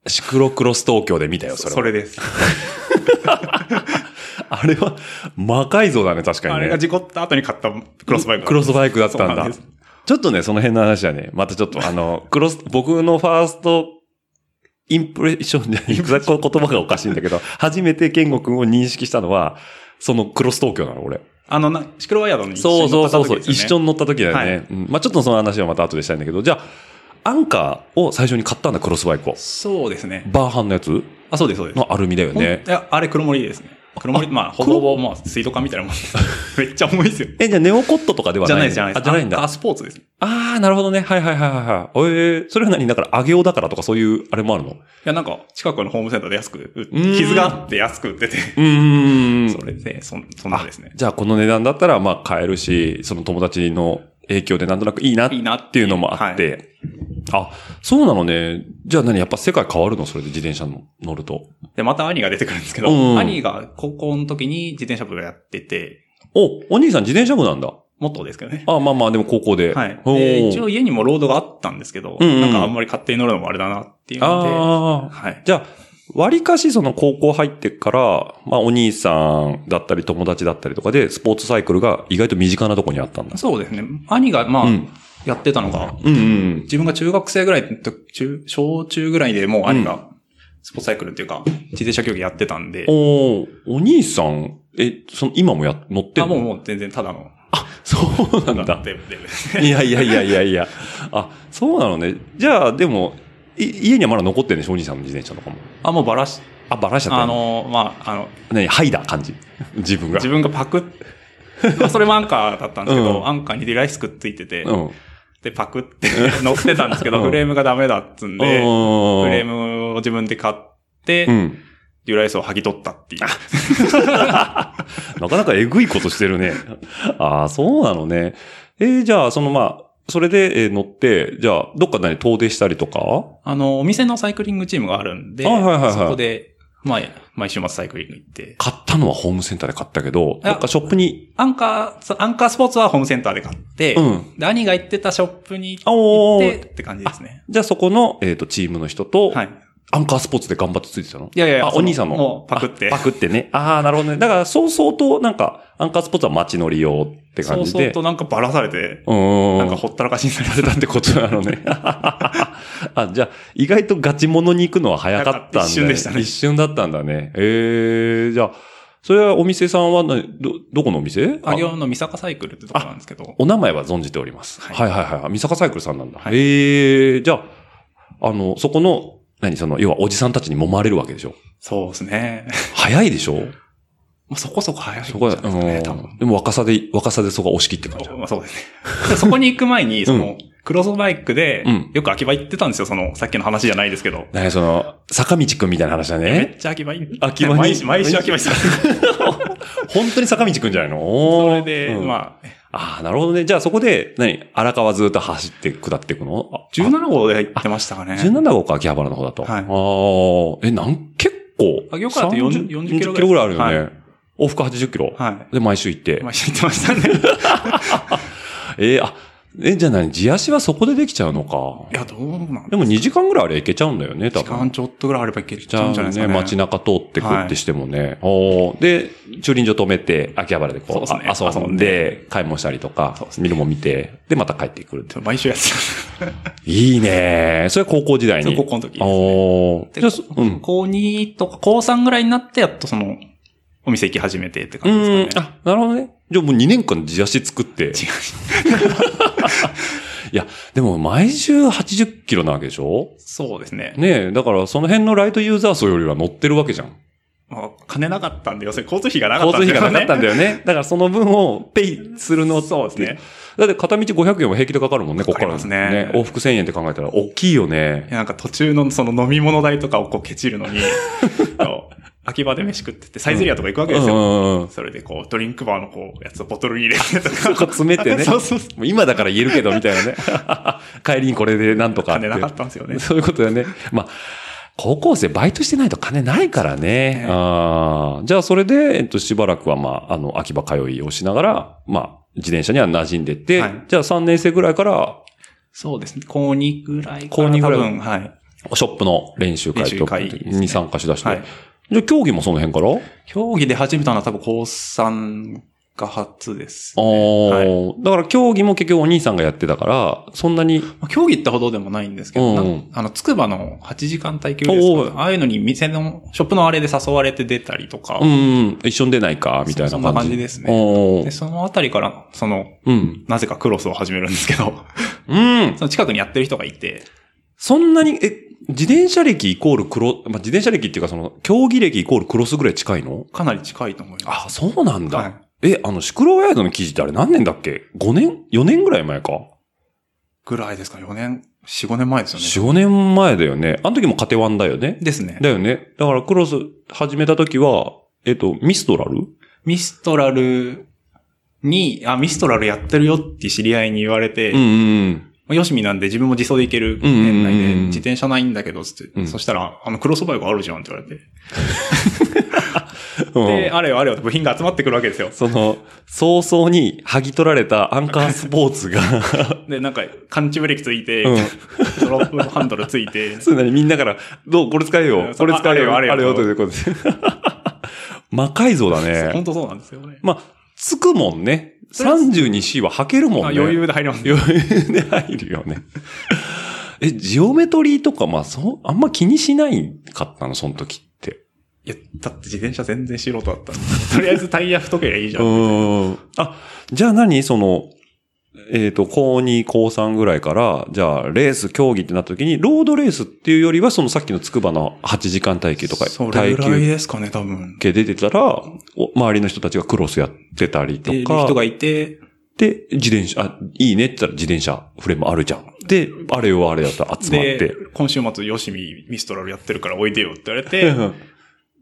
S1: シクロクロス東京で見たよ、それ
S2: そ
S1: は。
S2: それです。
S1: あれは、魔改造だね、確かにね。
S2: あれが事故った後に買ったクロスバイク。
S1: クロスバイクだったん
S2: そうな
S1: だ
S2: んです。
S1: ちょっとね、その辺の話はね、またちょっ とあの、クロス、僕のファースト、インプレッションじゃない、言葉がおかしいんだけど、初めて健吾くんを認識したのは、そのクロス東京なの、俺。
S2: あのな、シクロワイヤードの一
S1: そうそうそうそう、一緒
S2: に
S1: に乗った時だよね。
S2: はい
S1: うんまあちょっとその話はまた後でしたいんだけど、じゃあ、アンカーを最初に買ったんだ、クロスバイクを。
S2: そうですね。
S1: バーハンのやつ
S2: あ、そうです、そうです。
S1: のアルミだよ
S2: ほんい
S1: ね。
S2: や、あれ黒森ですね。黒森、まあ、ほぼほぼ、まあ、水道管みたいなもんです。 めっちゃ重いですよ。
S1: え、じゃあネオコットとかでは
S2: じゃ
S1: な
S2: ない
S1: い
S2: です、じゃないです。
S1: あ、じゃないん
S2: アンカー
S1: だ。
S2: スポーツです。い
S1: ああ、なるほどね。はいはいはいはいはい。えー、それは何だから、上げようだからとかそういうあれもあるの
S2: や、なんか、近くのホームセンターで安く売っ、
S1: ん
S2: 傷があって安く売ってて、
S1: うーん。
S2: それで、そんそんなですね。
S1: じゃあこの値段だったら、まあ買えるし、その友達の影響でなんとなくいいなっ
S2: いいな
S1: ていうのもあって。あ、そうなのね。じゃあ何やっぱ世界変わるのそれで自転車の乗ると。
S2: で、また兄が出てくるんですけ
S1: うん
S2: ど、兄が高校の時に自転車部をやってて、
S1: お、お兄さん自転車部なんだ。
S2: 元ですけどね。
S1: あ、まあまあ、でも高校で。
S2: はい。
S1: お
S2: で
S1: ー
S2: 一応家にもロードがあったんですけど、
S1: うんうん
S2: なんかあんまり勝手に乗るのもあれだなっていうので、
S1: ああ。
S2: はい。
S1: じゃあ、割かしその高校入ってから、まあお兄さんだったり友達だったりとかで、スポーツサイクルが意外と身近なとこにあったんだ。
S2: そうですね。兄が、まあ、
S1: うん
S2: やってたのが、
S1: うんうん。
S2: 自分が中学生ぐらいの時、中、小中ぐらいでもう兄が、スポーツサイクルっていうか、自転車競技やってたんで、
S1: おーお兄さん、え、その、今もや、乗って
S2: あ
S1: んの
S2: もうもう全然ただの、
S1: そうなんだ。
S2: デブデブですね。
S1: いやいやいやいやいや。あ、そうなのね。じゃあ、でも、い家にはまだ残ってるね、小兄さんの自転車とかも。
S2: あ、もうバラし、
S1: あ、ばらしちゃった。
S2: あ、の、まあ、あの、
S1: ね、はいだ感じ。自分が。
S2: 自分がパク っ、まあ、それもアンカーだったんですけど、
S1: うん
S2: アンカーにリライスくっついてて、
S1: うん。
S2: で、パクって 乗ってたんですけ
S1: う
S2: ど、
S1: ん
S2: フレームがダメだっつんで、フ
S1: フ
S2: レー。ムを自分で買って、
S1: うん。
S2: リライスを剥ぎ取ったっていう。
S1: なかなかえぐいことしてるね。ああ、そうなのね。えーじゃあ、そのまあ、それで、えー乗って、じゃあ、どっか何遠出したりとか
S2: あの、お店のサイクリングチームがあるんで、
S1: あはいはいはい
S2: そこで、まあ、毎週末サイクリング行って、
S1: 買ったのはホームセンターで買ったけど、どっかショップに、
S2: アンカー、アンカースポーツはホームセンターで買って、
S1: うん。
S2: で、兄が行ってたショップに
S1: あお
S2: 行って
S1: ー
S2: って感じですね。
S1: じゃあそこの、えっ、と、チームの人と、
S2: はい。
S1: アンカースポーツで頑張ってついてたの
S2: いやいやいや
S1: あ、
S2: その
S1: お兄さんも。
S2: もうパクって
S1: あパクってね。ああ、なるほどね。だから、そうそうと、なんか、アンカースポーツは街乗り用って
S2: そ
S1: 感
S2: う
S1: じ
S2: そう
S1: で。
S2: となんかばらされて、
S1: うーん。
S2: なんかほったらかしにされ
S1: され
S2: て
S1: た
S2: た
S1: っ。てことなのね。 あ、じゃあ、意外とガチモノに行くのは早かったんだ、ね。
S2: 一瞬でしたね
S1: 一瞬だったんだね。ええー、じゃあ、それはお店さんは何、ど、どこのお店
S2: あ行の三坂サイクルってとこなんですけど、
S1: お名前は存じております。は、
S2: はいい
S1: はい、はいはい三坂サイクルさんなんだ。
S2: はい
S1: ええー、じゃあ、あの、そこの、何その、要はおじさんたちに揉まれるわけでしょ
S2: そうですね。
S1: 早いでしょ
S2: まあ、そこそこ早いんじ
S1: そ
S2: ゃ
S1: こ
S2: な
S1: は、
S2: いですかね、多
S1: うん。でも若さで、若さでそこは押し切って感じだ
S2: 分。 まあ、そうですね。そこに行く前に、その、クロスバイクで
S1: うん、
S2: よく秋葉行ってたんですよ、その、さっきの話じゃないですけど。
S1: ねその、坂道くんみたいな話だ
S2: めっ
S1: ね。
S2: ちゃ秋葉行って。
S1: 秋葉に
S2: 毎週、毎週秋葉行 ってた。
S1: 本当に坂道くんじゃないの
S2: そ
S1: そ
S2: れで、
S1: あ。
S2: まあ、
S1: ああ、なるほどね。じゃあそこで、何荒川ずっと走って下っていくのあ
S2: 17号で行ってましたかね。
S1: 17号か、秋葉原の方だと。
S2: はい
S1: ああ、え、なん、結構。
S2: 秋葉原って40 40キロぐらい
S1: ぐらいあるよね。
S2: は
S1: 往復80キロ。
S2: は
S1: で、毎週行って
S2: い。。毎週行ってました ね。
S1: えーあ、え、じゃあ何地足はそこでできちゃうのか。
S2: いや、どうなん
S1: でも2時間ぐらいあれ行けちゃうんだよね、多
S2: 時
S1: 分。
S2: 間ちょっとぐらいあればいけち
S1: じ
S2: ゃう
S1: ゃ
S2: んじゃ
S1: あ
S2: ないですか
S1: ね、
S2: ね。
S1: 街中通ってく
S2: は
S1: っ
S2: い
S1: てしてもね。おーで、駐輪場止めて、秋葉原でこう
S2: そうで
S1: あ
S2: すね
S1: 遊んで、買い物したりとか、見るもん見て、で、また帰ってくるって。
S2: 毎週やって
S1: いいねそれ高校時代
S2: た。
S1: に。
S2: 高校の時ですね。
S1: おー
S2: で
S1: じゃあそ、うん。
S2: 高2とか高3ぐらいになって、やっとその、お店行き始めてって
S1: う
S2: 感じ
S1: ん
S2: で。すかね。
S1: あ、なるほどね。じゃあもう2年間地足作って。でも、毎週80キロなわけでしょ
S2: そうですね。
S1: ねえ、だからその辺のライトユーザー層よりは乗ってるわけじゃん。
S2: まあ金なかったんで、要するに交通費がなかっ
S1: 交
S2: た
S1: 通
S2: んで
S1: 費
S2: すよ
S1: がなかったん
S2: ね。
S1: だよね。だからその分をペイするのって
S2: そうですね。
S1: だって片道500円は平気でかかるもんね、ここから。
S2: かかりますね
S1: 往復1000円って考えたら大きいよ
S2: い
S1: ね。
S2: やなんか途中のその飲み物代とかをこうケチるの に、あの秋葉で飯食ってってサイゼリアとか行くわ
S1: う
S2: け
S1: んう
S2: ですよ。
S1: んうん。
S2: それでこう、ドリンクバーのこう、やつをボトルに入れてとか。
S1: そこ詰めてね
S2: そうそうそう。
S1: もう今だから言えるけど、みたいな ね。帰りにこれでなんとかって。
S2: 金なかったんですよね。
S1: そういうことだよね。まあ、高校生バイトしてないと金ないからね。
S2: ね
S1: ああじゃあそれで、えっと、しばらくはまあ、あの、秋葉通いをしながら、まあ、自転車には馴染んでって、
S2: はい
S1: じゃあ3年生ぐらいから、
S2: そうですね。高2ぐらい
S1: 高二ぐらい
S2: 多分、はい。
S1: ショップの練習会とか
S2: 練習会ですね
S1: に参加しだして、
S2: はい
S1: じゃあ競技もその辺から
S2: 競技で始めたのは多分高3が初です、
S1: ああ、
S2: ね。はい
S1: だから競技も結局お兄さんがやってたから、そんなに、
S2: まあ競技ってほどでもないんですけど、
S1: うん
S2: な
S1: うん
S2: んあの、つくばの8時間耐久です
S1: お
S2: か
S1: ー
S2: ああいうのに店の、ショップのあれで誘われて出たりとか、
S1: うんうん、一緒に出ないか、みたいな感じ。
S2: そんな感じですね
S1: おー
S2: で、そのあたりから、その、
S1: うん。
S2: なぜかクロスを始めるんですけ ど、
S1: うん。
S2: その近くにやってる人がいて、
S1: そんなに、え、自転車歴イコールクロ、まあ、自転車歴っていうかその、競技歴イコールクロスぐらい近いの
S2: かなり近いと思います。
S1: あ、そうなんだ。
S2: はい
S1: え、あの、シクロワイドの記事ってあれ何年だっけ ?5 年 ?4 年ぐらい前か。
S2: ぐらいですか、4年、4、5年前ですよ
S1: 4、
S2: ね。
S1: 5年前だよね。あの時もカテワンだよね。
S2: ですね。
S1: だよね。だからクロス始めた時は、えっと、ミストラル
S2: ミストラルに、あ、ミストラルやってるよって知り合いに言われて、
S1: うんうん
S2: まあよしみなんで自分も自走で行け
S1: う
S2: る
S1: んうんうん
S2: 年内で、自転車ないんだけど、つって、
S1: うん
S2: そしたら、あの、クロスバイクあるじゃんって言われて。
S1: うん。
S2: で、
S1: で、
S2: あれよあれよって部品が集まってくるわけですよ。
S1: その、早々に剥ぎ取られたアンカースポーツが、
S2: で、なんか、感知ブレーキついて、
S1: うん
S2: ドロップハンドルついて、
S1: そうなにみんなから、どうこれ使えよ。これ使えよ。
S2: あ
S1: あ
S2: あ
S1: れよ、あ
S2: れよあ
S1: れ
S2: れ
S1: よ、
S2: よ
S1: ということで。 魔改造だね。
S2: 本当そうなんですよね。
S1: まあ、つくもんね。32C は履けるも
S2: あ
S1: んね。
S2: 余裕で入ります。
S1: 余裕で入るよね。 え、ジオメトリーとか、まあ、そう、あんま気にしないかったの、その時って。
S2: いや、だって自転車全然素人だったんで。とりあえずタイヤ太けりゃいいじゃん。
S1: ん。あ、じゃあ何その、えっ、と、高2、高3ぐらいから、じゃあ、レース、競技ってなった時に、ロードレースっていうよりは、そのさっきのつくばの8時間耐久とか、
S2: それ
S1: 耐
S2: ぐらい
S1: 久
S2: ですかね、多分。
S1: 系出てたら、お周りの人たちがクロスやってたりと
S2: っていう
S1: か、
S2: 人がいて、
S1: で、自転車、あ、いいねって言ったら自転車フレームあるじゃん。で、あれよあれよと集まっ
S2: で
S1: て。、
S2: 今週末、よしみ、ミストラルやってるからおいでよって言わ
S1: うん
S2: れ
S1: う
S2: て、
S1: ん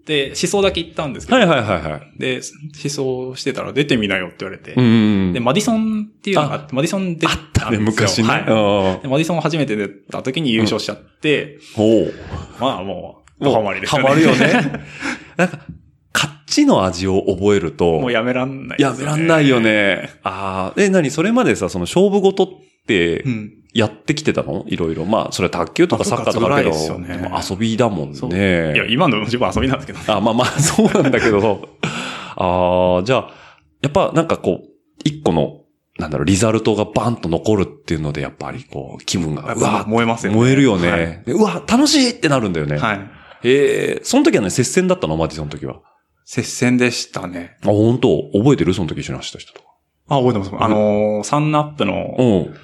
S2: で、思想だけ行ったんですけど、
S1: はいはいはいはい。
S2: で、思想してたら出てみなよって言われて、
S1: うんうん。
S2: で、マディソンっていうのがあって、マディソン出たんですよ。
S1: ね、昔ね。
S2: は
S1: はいい、お
S2: でマディソン初めて出た時に優勝しちゃって、
S1: お。
S2: まあもう、ドハマりですよね。
S1: ハマるよ。ね。なんか、カッチの味を覚えると、
S2: もうやめらんない、
S1: やめらんないよ。ね。ああ、え、何それまでさ、その勝負事って
S2: う、ん。
S1: やってきてたのいろいろ。まあ、それは卓球とか
S2: まあ
S1: サッカーとかあるけど、
S2: 部活ぐらいですよね
S1: でも遊びだもん
S2: そう
S1: ね。
S2: いや、今の自分は遊びなんですけどね。
S1: あ、まあ まあ、そうなんだけど。ああ、じゃあ、やっぱなんかこう、一個の、なんだろう、リザルトがバンと残るっていうので、やっぱりこう、気分が、うわーっ
S2: 燃えますよね。
S1: 燃えるよね。でうわ、楽しいってなるんだよね。
S2: はい。はい。
S1: ええその時はね、接戦だったのマディソンの時は。
S2: 接戦でしたね。
S1: あ、本当覚えてるその時一緒に走った人とか。
S2: あ、覚えてます。あのー、サンナップの、
S1: うん。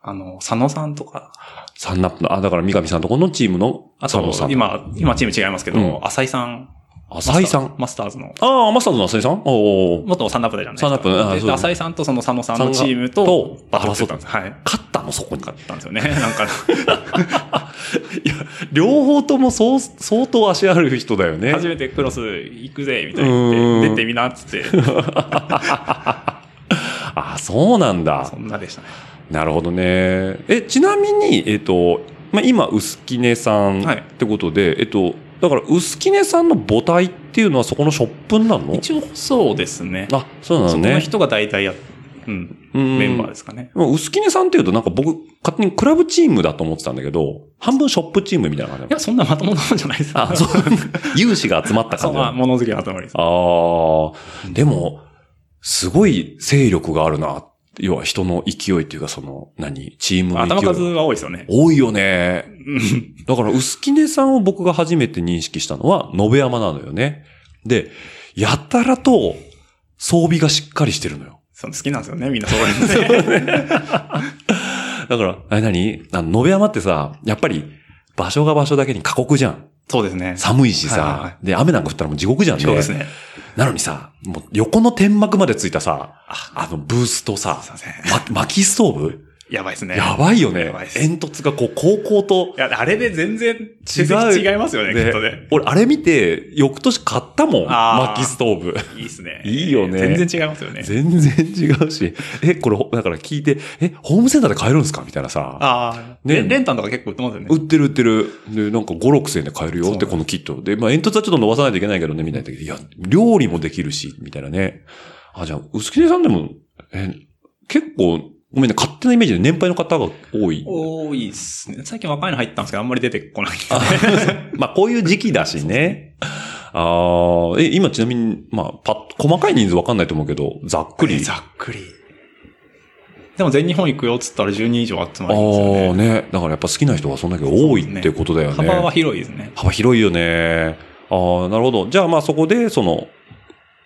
S2: あの、佐野さんとか、
S1: サンナップの、あ、だから三上さんとこのチームの、
S2: あ
S1: 佐野
S2: と
S1: さ、ん。
S2: 今、今チーム違いますけど、
S1: うん
S2: 浅井さん。
S1: 浅井さん。
S2: マスターズの。
S1: ああ、マスターズの浅井さんおお。
S2: 元サンナップでじゃない
S1: サンナップあ
S2: で
S1: そう
S2: 浅井さんとその佐野さんのチーム
S1: さん
S2: と
S1: がと、
S2: バトルしてたんです。はい。
S1: 勝ったのそこに。
S2: たんですよね。なんか、
S1: 両方ともそう、相当足ある人だよね。
S2: 初めてクロス行くぜ、みたいな言
S1: うん
S2: って、出てみな、っつって。
S1: あ、そうなんだ
S2: そ。んな でしたね。
S1: なるほどね。え、ちなみに、えっ、と、まあ、今、薄木根さん
S2: はい
S1: ってことで、えっと、だから、薄木根さんの母体っていうのはそこのショップになるの
S2: 一応、そうですね。
S1: あ、そうなの
S2: そこ
S1: ね。
S2: の人が大体や、うん、メ
S1: メ。
S2: ンバーですすかね。
S1: まあ薄木根さんっていうとなんか僕、勝手にクラブチームだと思ってたんだけど、半分ショップチームみたいな感
S2: い
S1: じ
S2: や、そんなまともなもんじゃないです
S1: あ、そう。 有志が集まった
S2: そ
S1: 感
S2: う、
S1: じ
S2: ま
S1: だ
S2: あ、物好きな集まりです。
S1: ああ、でも、すごい勢力があるな。要は人の勢いっていうか、その、何チームの勢い。
S2: 頭数は多いですよね。
S1: 多いよね。
S2: うん
S1: だから、薄木根さんを僕が初めて認識したのは、延山なのよね。で、やたらと、装備がしっかりしてるのよ。
S2: その好きなんですよね、みんなそうなんですね。
S1: だから、あれ何あの、延山ってさ、やっぱり、場所が場所だけに過酷じゃん。
S2: そうですね。
S1: 寒いしさ、
S2: はいはいは
S1: で、雨なんか降ったらもう地獄じゃんね。
S2: そうですね。
S1: なのにさ、もう横の天幕までついたさ、あのブースとさ
S2: すい、ません。
S1: ま、薪ストーブ
S2: やばいですね。
S1: やばいよね
S2: やばいっ。す
S1: 煙突がこう、高校と
S2: い、や、あれで全然違
S1: 違う
S2: 違いますよね、きっとね。
S1: 俺、あれ見て、翌年買ったもん。
S2: あー
S1: 薪ストーブ。
S2: いいですね。
S1: いいよね
S2: 全然違いますよね。
S1: 全然違うし、え、これ、ほだから聞いて、え、ホームセンターで買えるんですかみたいなさ。
S2: ああ、
S1: ね
S2: ね、レンタンとか結構売ってますよね。
S1: 売ってる売ってる。で、なんか5、6円で買えるよって、このキット。で、まあ煙突はちょっと伸ばさないといけないけどね、みたいな。いや、料理もできるし、みたいなね。あ、じゃあ、薄木さんでも、え、結構、ごめんね、勝手なイメージで年配の方が多い。
S2: 多いっすね。最近若いの入ったんですけど、あんまり出てこない。
S1: まあ、こういう時期だしね。ああ、え、今ちなみに、まあ、パッ、細かい人数わかんないと思うけど、ざっくり。
S2: ざっくり。でも全日本行くよっつったら10人以上集ま
S1: あ
S2: りますよね。
S1: あね。だからやっぱ好きな人がそんだけ多いってことだよね。
S2: 幅は広いですね。
S1: 幅広いよね。ああ、なるほど。じゃあまあそこで、その、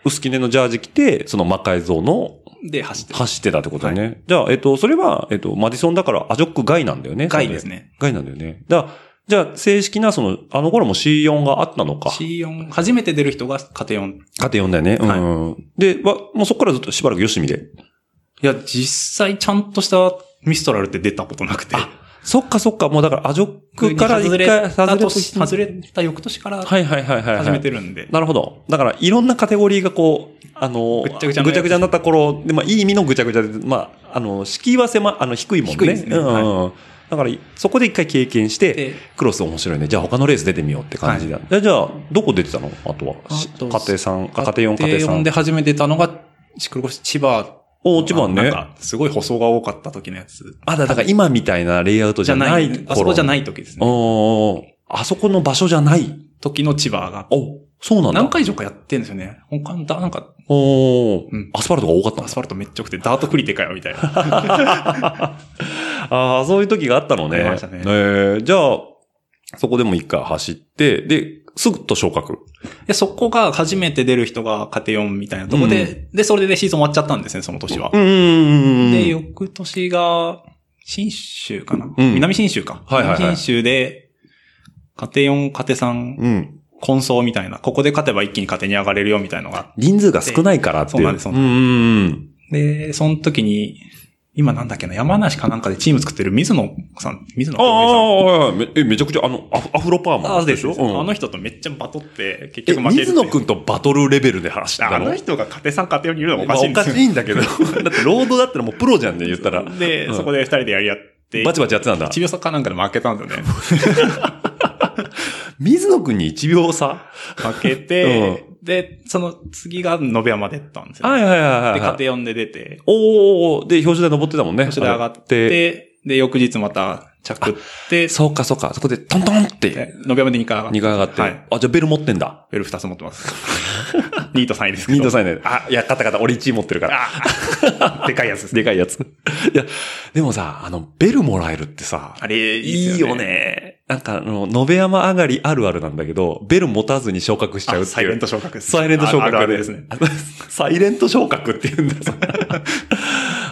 S1: 薄きねのジャージ着て、その魔改造の
S2: で、走ってる。
S1: 走ってたってことだよね。じゃあ、えっと、それは、えっと、マディソンだからアジョック外なんだよね。
S2: 深いですね。
S1: 外なんだよね。だからじゃあ、正式な、その、あの頃も C4 があったのか。
S2: C4、初めて出る人が家庭4。い
S1: 家庭4だよね。うん。で、わもうそこからずっとしばらくよしみで。
S2: や、実際ちゃんとしたミストラルって出たことなくて。
S1: そっかそっか、もうだからアジョックから一
S2: 外れ
S1: 回
S2: た
S1: 外れ
S2: 年、外れた翌年から
S1: はいはいはいはいはい。
S2: 始めてるんで。
S1: なるほど。だから、いろんなカテゴリーがこう、あの、
S2: ぐちゃぐちゃな
S1: ぐちゃぐちゃになった頃、で、まあ、いい意味のぐちゃぐちゃで、まあ、あの、敷居は狭い、あの、低いもんね。
S2: 低いですね
S1: うんうんうん。だから、そこで一回経験して
S2: で、
S1: クロス面白いね。じゃあ他のレース出てみようって感じだ。じゃあじゃあ、どこ出てたのあとは。
S2: あ
S1: し家
S2: と
S1: 庭さん、あ家庭4、家庭
S2: 4
S1: 3。
S2: で初めて出たのが、シクロコス千葉。
S1: おー千葉ね
S2: なんか、すごい舗装が多かった時のやつ。
S1: あ、だだから今みたいなレイアウトじ
S2: じ
S1: ゃ
S2: ゃ
S1: な
S2: ないい
S1: 頃。。。
S2: あそこじゃないい時ですね。
S1: おーあそこの場所じゃない。
S2: 時の千葉が。
S1: お、そうなんだ。
S2: 何回以上かやってんですよね。他のだ、なんか、
S1: おー
S2: うん
S1: アスファルトが多かったん
S2: ア
S1: です
S2: スファルトめっちゃ良くて、ダートクリテかよ、みたいな。
S1: ああ、そういう時があったのね。
S2: ありましたね
S1: えーじゃあ、そこでも一回走って、で、すぐっと昇格。
S2: で、そこが初めて出る人が家庭4みたいなとこで、で、それでシーズン終わっちゃったんですね、その年は。
S1: んうん
S2: で、翌年が、新州かな、
S1: うん
S2: 南新州か。
S1: はいはいはい
S2: 南新州で、家庭4、家庭3、
S1: うん。
S2: 混走みたいな、ここで勝てば一気に家庭に上がれるよみたいのが。
S1: 人数が少ないからっていう。
S2: そうなんですそ
S1: うん
S2: う
S1: う
S2: なん
S1: んうん。
S2: で、その時に、今なんだっけな、山梨かなんかでチーム作ってる水野さん、水野
S1: あ
S2: 京平
S1: あ、
S2: さん。
S1: めえめちゃくちゃ、あの、アフアフロパーマン。
S2: ああ、そうですよ、
S1: うん
S2: あの人とめっちゃバトって、結
S1: え、
S2: 局負けるっ
S1: 水
S2: ていう。
S1: 野くんとバトルレベルで走ってた
S2: あ
S1: の
S2: の人が家庭3、家庭4にいるのがお
S1: ま
S2: か
S1: あ
S2: しい
S1: お
S2: んで
S1: か
S2: すよ
S1: し。いんだけど。だって、ロードだったらもうプロじゃんね、言ったら。
S2: で、
S1: うん
S2: そこで二人でやり合って、
S1: バチバチやってたんだ
S2: 1。秒差かなんかで負けたんですよね。
S1: 水野くんに1秒差
S2: 負けて、で、その次が延山で行ったんですよ。
S1: はいはいはいはい
S2: で、
S1: は
S2: 家
S1: い。
S2: 庭呼んで出て、
S1: おー、で、表彰台登ってたもんね。
S2: それで上がって、で、翌日また着って、
S1: そうか、そうか。そこで、トントンって
S2: で、延山で2回上がっ
S1: 2
S2: て、
S1: 回上がって。
S2: はい
S1: あ、じゃあベル持ってんだ。
S2: ベル2つ持ってます。2位と3位ですけど。
S1: ミントさんね。あ、いや、カタカタ、俺1位持ってるから。
S2: あでかいやつですね。
S1: でかいやつ。いや、でもさ、あの、ベルもらえるってさ、
S2: あれ、
S1: い
S2: いい
S1: い
S2: っすよ
S1: よ
S2: ね。
S1: ね。なんか、あの、野辺山上がりあるあるなんだけど、ベル持たずに昇格しちゃうっていう。
S2: あサイレント昇格です。
S1: サイレント昇格
S2: あるあるですね。
S1: あのサイレント昇格って言 うんだ。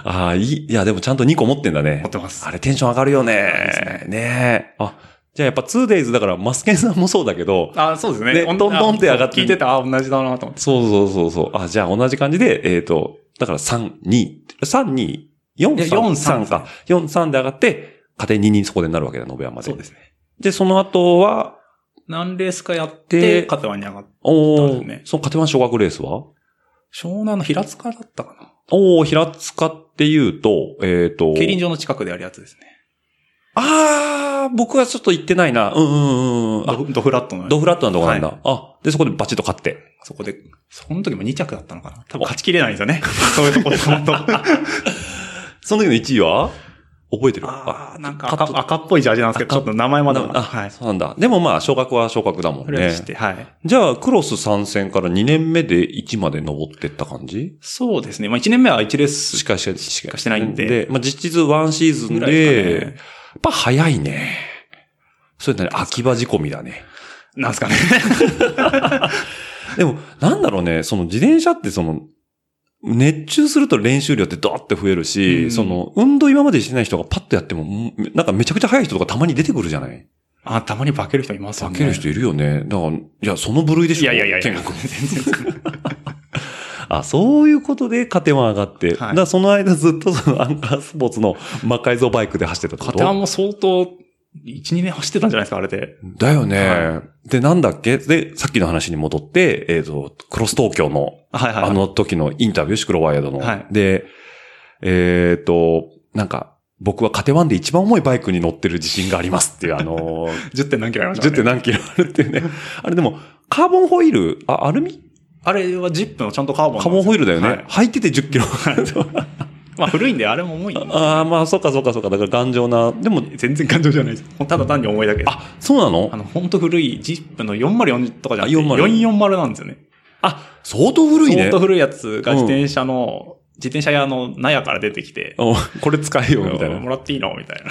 S1: ああ、いい。いや、でもちゃんと2個持ってんだね
S2: 持っ。てます
S1: あ。れテンション上がるよ
S2: です
S1: ね。ねえ。あ、じゃあやっぱ 2days だから、マスケンさんもそうだけど、
S2: あ、そうですね。
S1: ね
S2: おん
S1: どんどんって上がって
S2: 聞いてた、あ、同じだなと思って。
S1: そうそうそうそう。あ、じゃあ同じ感じで、えっ、と、だから3、2、3、2、4、
S2: いや4
S1: 3
S2: 3
S1: か。4、3で上がって、家庭2人そこでなるわけだ、延山で。
S2: そうですね。
S1: で、その後は、
S2: 何レースかやっ
S1: で
S2: て、片輪に上がって。そう
S1: お
S2: で
S1: お、
S2: すね
S1: その家庭1小学レースは
S2: 湘南の平塚だったかな
S1: おお平塚っていうと、えっ、と。
S2: 競輪場の近くでやるやつですね。
S1: あー、僕はちょっと行ってないな。うんうんうんうん。あ
S2: ド、ドフラットの。
S1: ドフラットなとこなんだ。あ、で、そこでバチッと勝って。
S2: そこで、その時も2着だったのかな多分勝ちきれないんですよね。 そういうとこで本当。
S1: その時の1位は覚えてる
S2: ああ、なんか
S1: カ
S2: 赤
S1: ット
S2: 赤っぽいジャージなんですけど、ちょっと名前まだ。
S1: あ、
S2: はい。
S1: そうなんだ。でもまあ、昇格は昇格だもん
S2: とりあえ
S1: ね
S2: ずし。て、はい。
S1: じゃあ、クロス参戦から2年目で1まで登ってった感じ
S2: そうですね。まあ1年目は1レース
S1: し
S2: しか
S1: かしし
S2: してないんで
S1: まあ、実質1シーズン
S2: ぐらい
S1: で、
S2: か
S1: やっ
S2: ね。
S1: ぱ早いね。そうだね、秋葉仕込みだね。
S2: なんすかね。
S1: でも、なんだろうね、その自転車ってその、熱中すると練習量ってドーって増えるし、
S2: うん
S1: その、運動今までしてない人がパッとやっても、んなんかめちゃくちゃ速い人とかたまに出てくるじゃない
S2: あ、たまに化ける人いますよ
S1: 避
S2: ね。
S1: ける人いるよね。だから、いや、その部類でしょ
S2: いやいやいやい
S1: 天
S2: や。
S1: 国。
S2: 全 然。
S1: あ、そういうことで加点は上がって。だからその間ずっとそのアンカースポーツの魔改造バイクで走ってたってこ
S2: カ
S1: と
S2: テアンも相当、1、2年走ってたんじゃないですか、あれで。
S1: だよね、
S2: は
S1: で、なんだっけで、さっきの話に戻って、えっ、と、クロス東京の
S2: はいはい。
S1: あ、の時のインタビュー、シクロワイヤードの。
S2: はい
S1: で、えっ、と、なんか、僕はカテワンで一番重いバイクに乗ってる自信がありますっていう、あのー、
S2: 10点何キロありました
S1: 10
S2: ね
S1: 点何キロあるっていう ね。あれでも、カーボンホイール、あ、アルミ
S2: あれはジップのちゃんとカーボンなんですよ。
S1: カーボンホイールだよね。
S2: は
S1: 履
S2: い
S1: いてて10キロ。
S2: まあ古いんで、あれも重い。
S1: ああ、まあ、そうかそうかそうか。だから頑丈な。でも、
S2: 全然感情じゃないです。ただ単に重いだけです。
S1: あ、そうなの
S2: あの、ほんと古いジップの404とかじゃなくて、
S1: あ404
S2: 440なんですよね。
S1: あ、相当古いね。
S2: 相当古いやつが自転車の、自転車屋の納屋から出てきて、
S1: うんこれ使えよ、みたいな。
S2: もらっていいのみたい